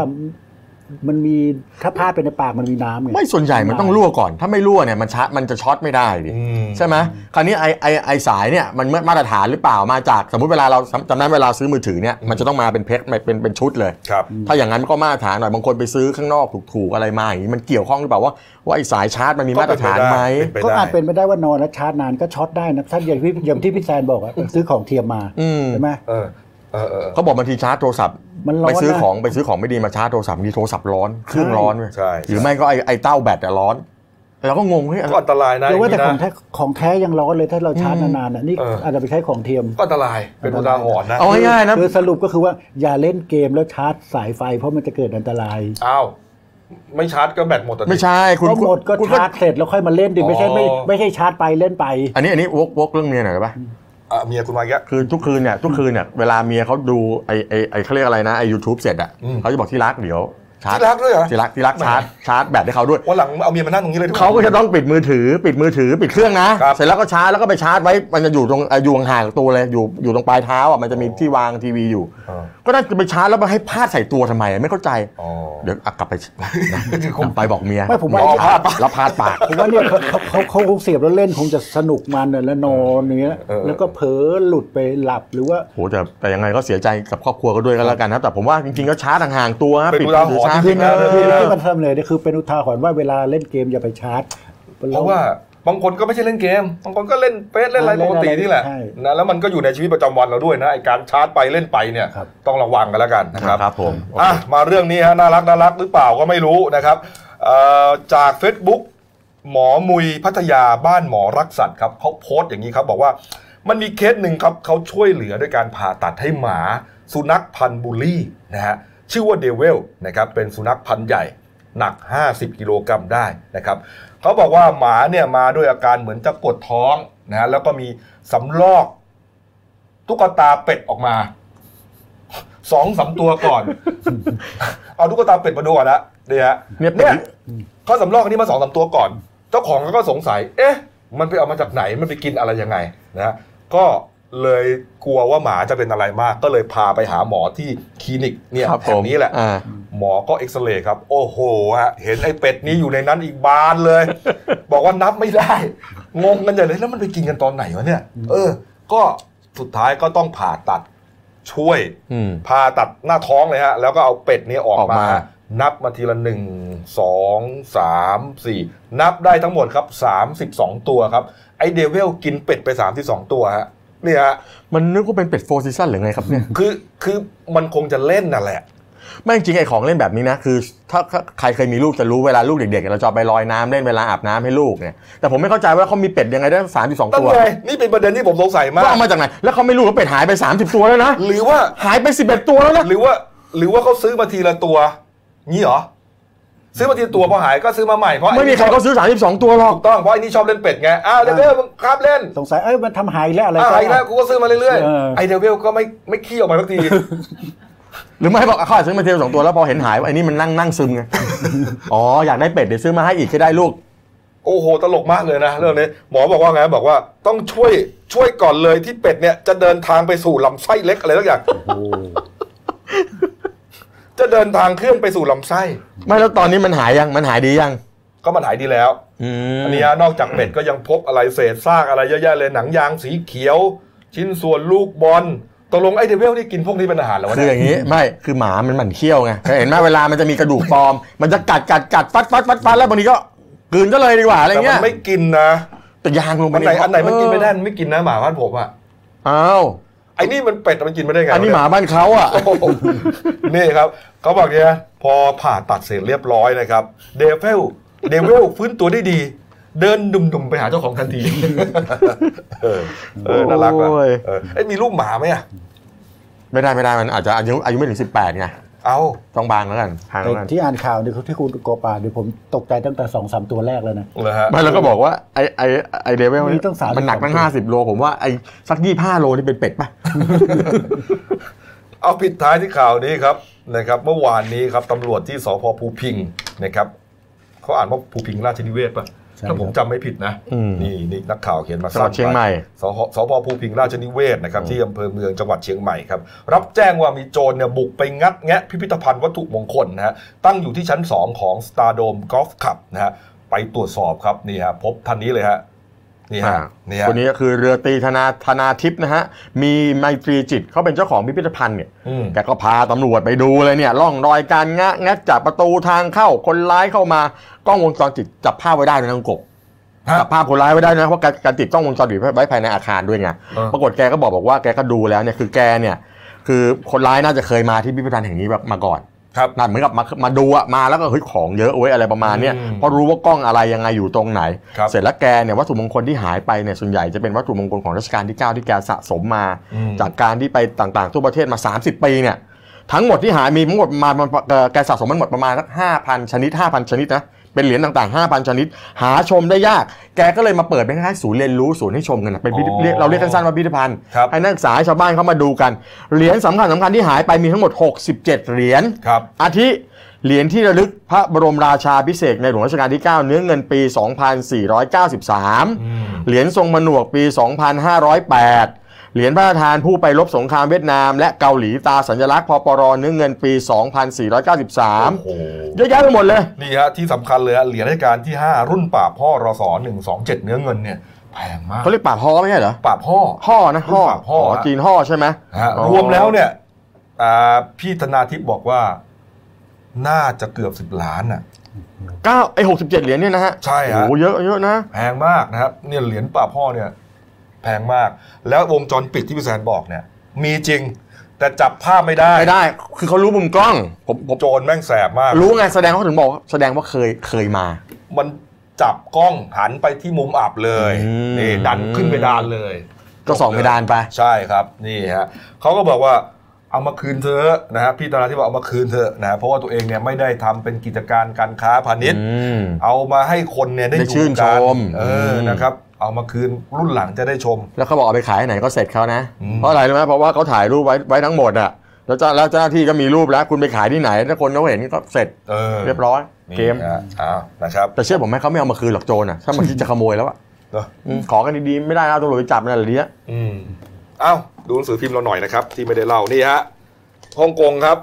[SPEAKER 3] มันมีถ้าพลาดไปในปากมันมีน้ำไง
[SPEAKER 2] ไม่ส่วนใหญ่มันต้องรั่วก่อน ถ้าไม่รั่วเนี่ยมันชะมันจะช็อตไม่ได้ดิ
[SPEAKER 1] อืม
[SPEAKER 2] ใช่ไหมคราวนี้ไอไอไอสายเนี่ยมันมาตรฐานหรือเปล่ามาจากสมมติเวลาเราจำจำได้เวลาซื้อมือถือเนี่ยมันจะต้องมาเป็นเพชรเป็นเป็นชุดเลย
[SPEAKER 1] ครับ
[SPEAKER 2] ถ้าอย่างนั้นมันก็มาตรฐานหน่อยบางคนไปซื้อข้างนอกถูกๆอะไรมาอย่างนี้มันเกี่ยวข้องหรือเปล่าว่าว่าไอสายชาร์จมันมีมาตรฐานไหม
[SPEAKER 3] ก็อาจเป็นไปได้ว่านอนแล้วชาร์จนานก็ช็อตได้นะท่านอย่างที่อย่างที่พี่แซนบอกอะซื้อของเทียมมา
[SPEAKER 2] อืม
[SPEAKER 3] ใช่ไหม
[SPEAKER 1] เออเออเออ
[SPEAKER 2] เขาบอกบางทีชาร์จโทรศัพท์
[SPEAKER 3] มันร้อน
[SPEAKER 2] ไปซื้อ
[SPEAKER 3] นะ
[SPEAKER 2] ของไปซื้อของไม่ดีมาชาร์จโทรศัพท์บางทีโทรศัพท์ร้อนเครื่องร้อนเว้ย
[SPEAKER 1] ใช่
[SPEAKER 2] หรือไม่ก็ไอไอเต้าแบตอะร้อนเราก็งงเฮ้ยอะไร
[SPEAKER 1] ก็อันตรายนะ
[SPEAKER 3] เดี๋ยวว่าแต่
[SPEAKER 1] อย่
[SPEAKER 3] ข
[SPEAKER 1] ง
[SPEAKER 3] อง
[SPEAKER 1] นี้นะ
[SPEAKER 3] แท้ของแท้ยังร้อนเลยถ้าเราชาร์จนานๆน่ะนี่
[SPEAKER 1] เอออ
[SPEAKER 3] อาจจะไปใช้ของเทียม
[SPEAKER 1] ก็อันตรายเป็นอุทาหรณ์นะ
[SPEAKER 2] เอาง่ายๆนะ
[SPEAKER 3] คือสรุปก็คือว่าอย่าเล่นเกมแล้วชาร์จสายไฟ เพราะมันจะเกิดอันตราย
[SPEAKER 1] อ้าวไม่ชาร์จก็แบตหมดอ่ะดิ
[SPEAKER 2] ไม่ใช่คุณ
[SPEAKER 3] ก็หมดก็
[SPEAKER 2] คุณก็
[SPEAKER 3] ชาร์จเสร็จแล้วค่อยมาเล่นดิไม่ใช่ไม่
[SPEAKER 1] อ๋อ
[SPEAKER 3] ไม่ใช่ชาร์จไปเล่นไป
[SPEAKER 2] อันนี้อันนี้วกวกเรื่องเมียหน่อยได้ปะ
[SPEAKER 1] อ่ะเมียคุณมาอีกแล้ว
[SPEAKER 2] คือทุกคืนเนี่ยทุกคืนเนี่ยเวลาเมียเขาดูไอไอไอเขาเรียกอะไรนะไอยูทูบเสร็จอ่ะ
[SPEAKER 1] อืม
[SPEAKER 2] เขาจะบอกที่รักเดี๋ยวชาร์จ
[SPEAKER 1] ที่รักด้วยเหรอ
[SPEAKER 2] ที่รักที่รักชาร์จชาร์จแบตให้เขาด้วย
[SPEAKER 1] วันหลังเอาเมียมานั่งตรงนี้เลยดีว่
[SPEAKER 2] เขาก็จะต้องปิดมือถือ ปิดมือถือปิดเครื่องนะ
[SPEAKER 1] ครับ
[SPEAKER 2] เสร็จแล้วก็ชาร์จแล้วก็ไปชาร์จไว้มันจะอยู่ตรงเอ่ออยู่ห่างๆกับตัวเลยอยู่อยู่ตรงปลายเท้าอ่ะมันจะมีที่วางทีวีอยู่
[SPEAKER 1] อ่า
[SPEAKER 2] ก็น่าจะไปชาร์จแล้วมาให้พาดใส่ตัวทำไมอ่ะไม่เข้าใจ
[SPEAKER 1] อ๋อ
[SPEAKER 2] เดี๋ยวอ่ะกลับไปนะกลับไปบอกเมีย
[SPEAKER 3] ไม่ผมว่า
[SPEAKER 2] เยพาดปากแล้วพาดปาก
[SPEAKER 3] ผมว่าเนี่ยเขาเขาเขาเขาคงเสียบแล้วเล่นคงจะสนุกมันน่ะแล้วนอนอย่างเงี้ย
[SPEAKER 1] เออ
[SPEAKER 3] แล้วก็เผลอหลุดไปหลับหรือว่า
[SPEAKER 2] โหแต่แต่ยังไงก็เสียใจกับครอบครัวก็ด้วยกันแล้วกันนะแต่ผมว่าจริงๆก็ชาร์จห่างๆตัวนะ
[SPEAKER 1] เป็น
[SPEAKER 2] ปิด
[SPEAKER 1] อุทาหรณ์จ
[SPEAKER 2] มือถือชาร์จ
[SPEAKER 1] ริงๆนะ
[SPEAKER 2] เอ
[SPEAKER 3] คือ
[SPEAKER 2] อ
[SPEAKER 3] ที่มันทำเลยเนี่ยคือเป็นอุทาหรณ์ว่าเวลาเล่นเกมอย่าไปชาร์จ
[SPEAKER 1] เพราะว่าบางคนก็ไม่ใช่เล่นเกม บางคนก็เล่นเฟซเล่นอะไร
[SPEAKER 3] เล่น
[SPEAKER 1] ปกตินี่แหละ
[SPEAKER 3] ใช่
[SPEAKER 1] นะแล้วมันก็อยู่ในชีวิตประจำวันเราด้วยนะไอการชาร์จไปเล่นไปเนี่ย
[SPEAKER 3] ครับ
[SPEAKER 1] ต้องระวังกันแล้วกันนะครับ
[SPEAKER 2] ครับผมโอเค
[SPEAKER 1] อ่ะมาเรื่องนี้ฮะน่ารักน่ารักหรือเปล่าก็ไม่รู้นะครับเอ่อจาก Facebook หมอมุยพัทยาบ้านหมอรักสัตว์ครับเขาโพสต์อย่างนี้ครับบอกว่ามันมีเคสหนึ่งครับเขาช่วยเหลือด้วยการผ่าตัดให้หมา สุนัขพันธุ์บูลลี่นะฮะชื่อว่าเดวิลนะครับเป็นสุนัขพันธุ์ใหญ่ หนัก 50 กิโลกรัมได้นะครับเขาบอกว่าหมาเนี่ยมาด้วยอาการเหมือนจะปวดท้องนะฮะแล้วก็มีสำลอกตุ๊กตาเป็ดออกมาสองสามตัวก่
[SPEAKER 2] *laughs*
[SPEAKER 1] อน เอาตุ๊กตาเป็ดมาดูก่อนละเนี่ยฮะ
[SPEAKER 2] เนี่ยเป็ด
[SPEAKER 1] เนี่ยเขาสำลอกอันนี้มาสองสามตัวก่อน เจ้าของก็สงสัย เอ๊ะ มันไปเอามาจากไหนมันไปกินอะไรยังไงนะฮะก็เลยกลัวว่าหมาจะเป็นอะไรมาก ก็เลยพาไปหาหมอที่คลินิกเนี่ย
[SPEAKER 2] ครับผ
[SPEAKER 1] แห่
[SPEAKER 2] ม
[SPEAKER 1] งนี้แหละ
[SPEAKER 2] อ่า
[SPEAKER 1] หมอก็เอ็กซเรย์ครับ โอ้โหฮะเห็นไอ้เป็ดนี้อยู่ในนั้นอีกบานเลย *laughs* บอกว่านับไม่ได้ งงกันใหญ่เลยแล้วมันไปกินกันตอนไหนวะเนี่ย เออ ก็สุดท้ายก็ต้องผ่าตัดช่วย
[SPEAKER 2] อืม
[SPEAKER 1] ผ่าตัดหน้าท้องเลยฮะ แล้วก็เอาเป็ดนี้ออก
[SPEAKER 2] ออก
[SPEAKER 1] มา
[SPEAKER 2] มา
[SPEAKER 1] นับมาทีละหนึ่งสองสามสี่นับได้ทั้งหมดครับสามสิบสองตัวครับ ไอ้เดวิลกินเป็ดไปสามสิบสองตัวฮะเนี่ยฮะ
[SPEAKER 2] มันนึกว่าเป็นเป็ดโฟร์ซีซั่นหรือไง
[SPEAKER 1] *laughs*
[SPEAKER 2] ครับเนี่ย
[SPEAKER 1] คือคือมันคงจะเล่นน่ะแหละ
[SPEAKER 2] ไม่จริงๆไอ้ของเล่นแบบนี้นะคือถ้าถ้าใครเคยมีลูกจะรู้เวลาลูกเด็กๆเราจะเอาไปลอยน้ำเล่นเวลาอาบน้ำให้ลูกเนี่ยแต่ผมไม่เข้าใจว่าเขามีเป็ดยังไงได้สามสิบสอง
[SPEAKER 1] ตั้ง
[SPEAKER 2] ตัว
[SPEAKER 1] ไงนี่เป็นประเด็นที่ผมสงสัยมา
[SPEAKER 2] ก็
[SPEAKER 1] ก
[SPEAKER 2] เอามาจากไหนแล้วเขาไม่รู้ว่าเป็ดหายไป 30 ตัวแล้วนะ
[SPEAKER 1] หรือว่า
[SPEAKER 2] หายไป 11 ตัวแล้วนะ
[SPEAKER 1] หรือว่าหรือว่าเขาซื้อมาทีละตัวงี้เหรอ ซื้อมาทีละตัวพอหายก็ซื้อมาใหม่เพราะอ้
[SPEAKER 2] ไม่มี
[SPEAKER 1] นี่
[SPEAKER 2] ใครเขาซื้อ 32 ตัวหรอก
[SPEAKER 1] ถูกต้องเพราะไอ้นี่ชอบเล่นเป็ดไงอ้าวเด
[SPEAKER 3] อ่า
[SPEAKER 1] เวลมึงครับเล่น
[SPEAKER 3] สงสัยเอ้ยมันทำหายแล้วอะไร
[SPEAKER 1] อ้าวหายแล้วกูก็ซื้อมาเรื่อย
[SPEAKER 3] เออ
[SPEAKER 1] ๆไอเดเวลก็ไม่ไม่ขี้ออกมาสักที
[SPEAKER 2] หรือไม่บอกเขาอาจจะซื้อมาเทียวสองตัวแล้วพอเห็นหายว่าไอ้นี่มันนั่งนั่งซึมไง *laughs* อ๋ออยากได้เป็ดเดี๋ยวซื้อมาให้อีกให้ได้ลูก
[SPEAKER 1] โอ้โหตลกมากเลยนะเรื่องนี้หมอบอกว่าไงบอกว่าต้องช่วยช่วยก่อนเลยที่เป็ดเนี่ยจะเดินทางไปสู่ลำไส้เล็กอะไรสักอย่างจะเดินทางเคลื่อนไปสู่ลำไส้
[SPEAKER 2] ไม่แล้วตอนนี้มันหายยังมันหายดียัง
[SPEAKER 1] ก็มันหายดีแล้ว
[SPEAKER 2] อืม
[SPEAKER 1] อันนี้ฮะนอกจากเป็ดก็ยังพบอะไรเศษซากอะไรเยอะแยะเลยหนังยางสีเขียว ชิ้นส่วนลูกบอลตกลงไอ้เดวิลนี่กินพวกนี้เป็นอาหารเหรอวะ
[SPEAKER 2] คือ
[SPEAKER 1] เนี่
[SPEAKER 2] อย ย่างนี้ไม่คือหมามันหมั่นเคี้ยวไงเห็นไหมเวลามันจะมีกระดูกปลอม มันจะกัดกัดกัดฟัดฟัดฟัดฟัดแล้วบางทีก็กลืนก็เลยดีกว่าอะไร
[SPEAKER 1] แต่มั
[SPEAKER 2] เงี้
[SPEAKER 1] น
[SPEAKER 2] ย
[SPEAKER 1] ไม่กินนะ
[SPEAKER 2] แต่ยางลงไป
[SPEAKER 1] อันไหนอันไหนมันกินไม่ได้
[SPEAKER 2] เอ
[SPEAKER 1] มันไม่กินนะหมาบ้านผมอ่ะ
[SPEAKER 2] ออ้าว
[SPEAKER 1] ไอ้นี่มันเป็ดมันกินไม่ได้ไง
[SPEAKER 2] อันนี้หมาบ้านเขาอ่ะ
[SPEAKER 1] โอ้โหนี่ครับเขาบอกเนี่ยพอผ่าตัดเสร็จเรียบร้อยนะครับ เดวิลเดวิลฟื้นตัวได้ดี เดินดุมๆไปหาเจ้าของทั
[SPEAKER 2] *laughs*
[SPEAKER 1] นที เออเออน่ารักว่ะ
[SPEAKER 2] โอ้ย
[SPEAKER 1] เออไอ้ยมีลูกหมาไหมอ่ะ
[SPEAKER 2] ไม่ได้ไม่ได้มันอาจจะอายุอายุไม่ถึง18ไง
[SPEAKER 1] เอา
[SPEAKER 2] ต้องบางแล้วกันห่าง
[SPEAKER 3] แต่
[SPEAKER 2] แล้วกัน
[SPEAKER 3] ที่อ่านข่าวเนี่ยที่คุณโกปาเนี่ยผมตกใจตั้งแต่สองสามตัวแรกแล้วนะ
[SPEAKER 1] เหรอฮะ
[SPEAKER 2] ไม่แล้วก็บอกว่าไอไอไอเดเวล
[SPEAKER 3] นี่ต้องสามสิบ
[SPEAKER 2] มันหนักตั้ง50โลผมว่าไอสัก25โลนี่เป็นเป็ดป่ะ
[SPEAKER 1] เอาปิดท้ายที่ข่าวนี้ครับนะครับ เมื่อวานนี้ครับตำรวจที่สพภูพิงนะครับเขาอ่านว่าภูพิงราชนิเวศป่ะ
[SPEAKER 3] ใช่
[SPEAKER 1] ถ้าผมจำไม่ผิดนะ
[SPEAKER 2] อืม
[SPEAKER 1] นี่นี่นักข่าวเขียนมา
[SPEAKER 2] จังหวัด
[SPEAKER 1] สั้นไป
[SPEAKER 2] เชียงใหม่
[SPEAKER 1] สพสพภูพิงราชนิเวศนะครับที่อำเภอเมืองจังหวัดเชียงใหม่ครับ รับแจ้งว่ามีโจรเนี่ยบุกไปงัดแงะพิพิธภัณฑ์วัตถุมงคลนะฮะตั้งอยู่ที่ชั้น 2 ของ Stardome Golf Club นะฮะไปตรวจสอบครับนี่ฮะพบท่านนี้เลยฮะนี่ฮะ
[SPEAKER 2] อ่า
[SPEAKER 1] นี่ฮะ
[SPEAKER 2] คนนี้ก็คือเรือตรีธนาธนาทิพย์นะฮะ มีไมตรีจิตเขาเป็นเจ้าของพิพิธภัณฑ์เนี่ย
[SPEAKER 1] อืม
[SPEAKER 2] แกก็พาตำรวจไปดูเลยเนี่ยล่องรอยการงะงัดจากประตูทางเข้าคนร้ายเข้ามากล้องวงจรปิดจับภาพไว้ได้ด้วยนะคุณกบ
[SPEAKER 1] ฮะ
[SPEAKER 2] จับภาพคนร้ายไว้ได้นะเพราะการการติดกล้องวงจรปิดไว้ภายในอาคารด้วยไง
[SPEAKER 1] เออ
[SPEAKER 2] ปรากฏแกก็บอกบอกว่าแกก็ดูแล้วเนี่ยคือแกเนี่ยคือคนร้ายน่าจะเคยมาที่พิพิธภัณฑ์แห่งนี้แบบมาก่อน
[SPEAKER 1] ครับ
[SPEAKER 2] นั่นเหมือนกับมามาดูอะมาแล้วก็เฮ้ยของเยอะเว้ยอะไรประมาณเนี้ย
[SPEAKER 1] อืม
[SPEAKER 2] เพราะรู้ว่ากล้องอะไรยังไงอยู่ตรงไหน
[SPEAKER 1] ครับ
[SPEAKER 2] เสร็จแล้วแกเนี่ยวัตถุมงคลที่หายไปเนี่ยส่วนใหญ่จะเป็นวัตถุมงคลของรัชกาลที่ 9 ที่แกสะสมมา
[SPEAKER 1] อืม
[SPEAKER 2] จากการที่ไปต่างๆทั่วประเทศมา 30 ปีเนี่ยทั้งหมดที่หายมีทั้งหมดมามาเอ่อแกสะสมมันหมดประมาณสัก5,000 ชนิด 5,000 ชนิดนะเป็นเหรียญต่างๆ 5,000 ชนิด หาชมได้ยาก แกก็เลยมาเปิดเป็นคล้ายๆศูนย์เรียนรู้ศูนย์ให้ชมกันนะเป็นพิพิธ
[SPEAKER 1] อ๋อ
[SPEAKER 2] เรียกเราเรียกสั้นๆว่าพิพิธภัณฑ์
[SPEAKER 1] ครับ
[SPEAKER 2] ให้นักศึกษาให้ชาวบ้านเข้ามาดูกันเหรียญสำคัญสำคัญที่หายไปมีทั้งหมด 67 เหรียญ
[SPEAKER 1] ครับ
[SPEAKER 2] อาทิเหรียญที่ระลึกพระบรมราชาพิเศษกในหลวงรัชกาลที่ 9 เนื้อเงินปี
[SPEAKER 1] อืม
[SPEAKER 2] 2493 เหรียญทรงผนวกปี 2508 เหรียญพระราชทานผู้ไปรบสงครามเวียดนาม และเกาหลีตาสัญลักษณ์พปรเนื้อเงินปี 2493
[SPEAKER 1] โอ้โห
[SPEAKER 2] เยอะแยะไปหมดเลย
[SPEAKER 1] นี่ฮะที่สำคัญเลยฮะเหรียญราชการที่ 5 รุ่นป่าบพ่อรศ127 เนื้อเงินเนี่ยแพงมาก
[SPEAKER 2] เขาเรียกป่าฮ้อไม่ใช่เหรอ
[SPEAKER 1] ป่าบพ่อ
[SPEAKER 2] ห่อนะห่อ
[SPEAKER 1] ป่าฮ้ออ๋
[SPEAKER 2] จีนห่อใช่ไหม
[SPEAKER 1] นะฮะ
[SPEAKER 2] อ๋อ
[SPEAKER 1] รวมแล้วเนี่ยอ่าพี่ธนาทิพย์บอกว่าน่าจะเกือบสิบล้านอ่ะ
[SPEAKER 2] เก้าไอ้หกสิบเจ็ดเหรียญเนี่ยนะฮะ
[SPEAKER 1] ใช่ฮะ
[SPEAKER 2] โอ้โหเยอะเยอะนะ
[SPEAKER 1] แพงมากนะครับเนี่ยเหรียญป่าพ่อเนี่ยแพงมาก แล้ววงจรปิดที่พี่แซนบอกเนี่ย มีจริงแต่จับภาพไม่ได้
[SPEAKER 2] ไม่ได้ คือเขารู้มุมกล้องผมผม
[SPEAKER 1] โจรแม่งแสบมาก
[SPEAKER 2] รู้ไงแสดงเขาถึงบอกว่าแสดงว่าเคยเคยมา
[SPEAKER 1] มันจับกล้องหันไปที่มุมอับเลย
[SPEAKER 2] อืม
[SPEAKER 1] นี่ดันขึ้นไปดานเลย
[SPEAKER 2] ก็ส่องเพดานไป
[SPEAKER 1] ใช่ครับนี่ฮะเขาก็บอกว่าเอามาคืนเธอะนะฮะพี่ธนาทิพย์บอกเอามาคืนเธอะนะฮะเพราะว่าตัวเองเนี่ยไม่ได้ทำเป็นกิจการการค้าพาณิชย์
[SPEAKER 2] อืม
[SPEAKER 1] เอามาให้คนเนี่ยได้
[SPEAKER 2] ได้
[SPEAKER 1] อยู่
[SPEAKER 2] ชื่น
[SPEAKER 1] กั
[SPEAKER 2] ชม
[SPEAKER 1] เอออ
[SPEAKER 2] ม
[SPEAKER 1] นะครับ เอามาคืนรุ่นหลังจะได้ชม
[SPEAKER 2] แล้วเขาบอกเอาไปขายไหนก็เสร็จเขานะ
[SPEAKER 1] อืม
[SPEAKER 2] เพราะอะไรรู้ไหมเพราะว่าเขาถ่ายรูปไว้ไว้ทั้งหมดอะแล้วเจ้าแล้วเจ้าหน้าที่ก็มีรูปแล้ว คุณไปขายที่ไหน ถ้าคนเขาเห็นก็เสร็จ
[SPEAKER 1] เออ
[SPEAKER 2] เรียบร้อย
[SPEAKER 1] นี่
[SPEAKER 2] เกม
[SPEAKER 1] นะอ้าวนะครับ
[SPEAKER 2] แต่เชื่อผมไหมเขาไม่เอามาคืนหรอกโจรอะถ้ามันคิดจะขโมยแล้วอะ
[SPEAKER 1] เนอะ
[SPEAKER 2] อืมขอกันดีๆไม่ได้นะตำรวจไปจับนั่นแหละเนี้ย
[SPEAKER 1] อืมเอ้าดูหนังสือพิมพ์เราหน่อยนะครับ ที่ไม่ได้เล่านี่ฮะฮ่องกงครับ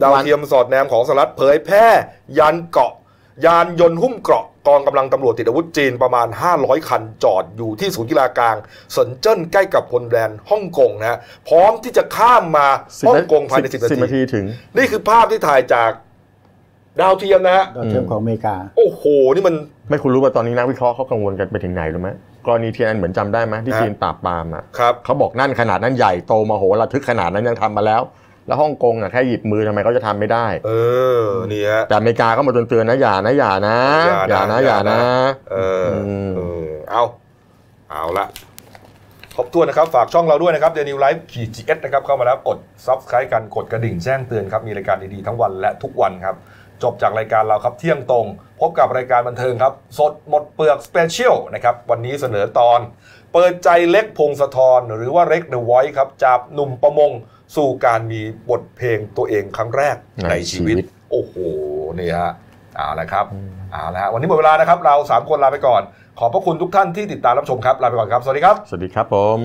[SPEAKER 1] ดาว
[SPEAKER 2] วัน
[SPEAKER 1] เทียมสอดแนมของสหรัฐเผยแพร่ยานเกราะ ยานยนต์หุ้มเกราะกองกำลังตำรวจติดอาวุธจีนประมาณ 500 คันจอดอยู่ที่ศูนย์กีฬากลางสนเจิ้นใกล้กับพรมแดนฮ่องกงนะฮะพร้อมที่จะข้ามมา
[SPEAKER 2] สิบ
[SPEAKER 1] ฮ่อง
[SPEAKER 2] นาก
[SPEAKER 1] งภายใน
[SPEAKER 2] สิ
[SPEAKER 1] สิ
[SPEAKER 2] บบ สิบ
[SPEAKER 1] นา
[SPEAKER 2] นา
[SPEAKER 1] ที
[SPEAKER 2] ทีถึง
[SPEAKER 1] นี่คือภาพที่ถ่ายจากดาวเทียมนะฮะ
[SPEAKER 3] ดาวเทียมของอเมริกา
[SPEAKER 1] โอ้โห นี่มัน
[SPEAKER 2] ไม่คุณรู้ว่าตอนนี้นักวิเคราะห์เขากังวลกันไปถึงไหนรู้ไหมกรณีเทียนอันเหมือนจำได้ไหมที่
[SPEAKER 1] ฮะ
[SPEAKER 2] จีนปราบปรามอะ
[SPEAKER 1] ครับ
[SPEAKER 2] เขาบอกนั่นขนาดนั้นใหญ่โตมโหฬารทึกขนาดนั้นยังทำมาแล้ว แล้วฮ่องกงอ่ะแค่หยิบมือทำไมเขาจะทำไม่ได้
[SPEAKER 1] เออ นี่ฮะ
[SPEAKER 2] แต่อเมริกาก็มาเตือนๆนะอย่านะอย่านะ
[SPEAKER 1] อย่านะ
[SPEAKER 2] อย่านะ
[SPEAKER 1] เอออ
[SPEAKER 2] ม
[SPEAKER 1] เออ เอา เอาละขอบคุณนะครับ ฝากช่องเราด้วยนะครับ The New Life ขีด GS นะครับ เข้ามาแล้วกด Subscribe กัน กดกระดิ่งแจ้งเตือนครับ มีรายการดี ๆ ทั้งวันและทุกวันครับ จบจากรายการเราครับเที่ยงตรง พบกับรายการบันเทิงครับ สดหมดเปลือก Special นะครับ วันนี้เสนอตอน เปิดใจเล็กพงศธรหรือว่าเล็กเดอะไวท์ครับจากหนุ่มประมงสู่การมีบทเพลงตัวเองครั้งแรกใน
[SPEAKER 2] ในชี
[SPEAKER 1] ชี
[SPEAKER 2] วิ
[SPEAKER 1] วิต
[SPEAKER 2] ต
[SPEAKER 1] โอ้โห นี่ฮะ เอาละครับ เอาละฮะ วันนี้หมดเวลานะครับ เรา 3 คนลาไปก่อน ขอบพระคุณทุกท่านที่ติดตามรับชมครับ ลาไปก่อนครับ สวัสดีครับ
[SPEAKER 2] สวัสดีครับผม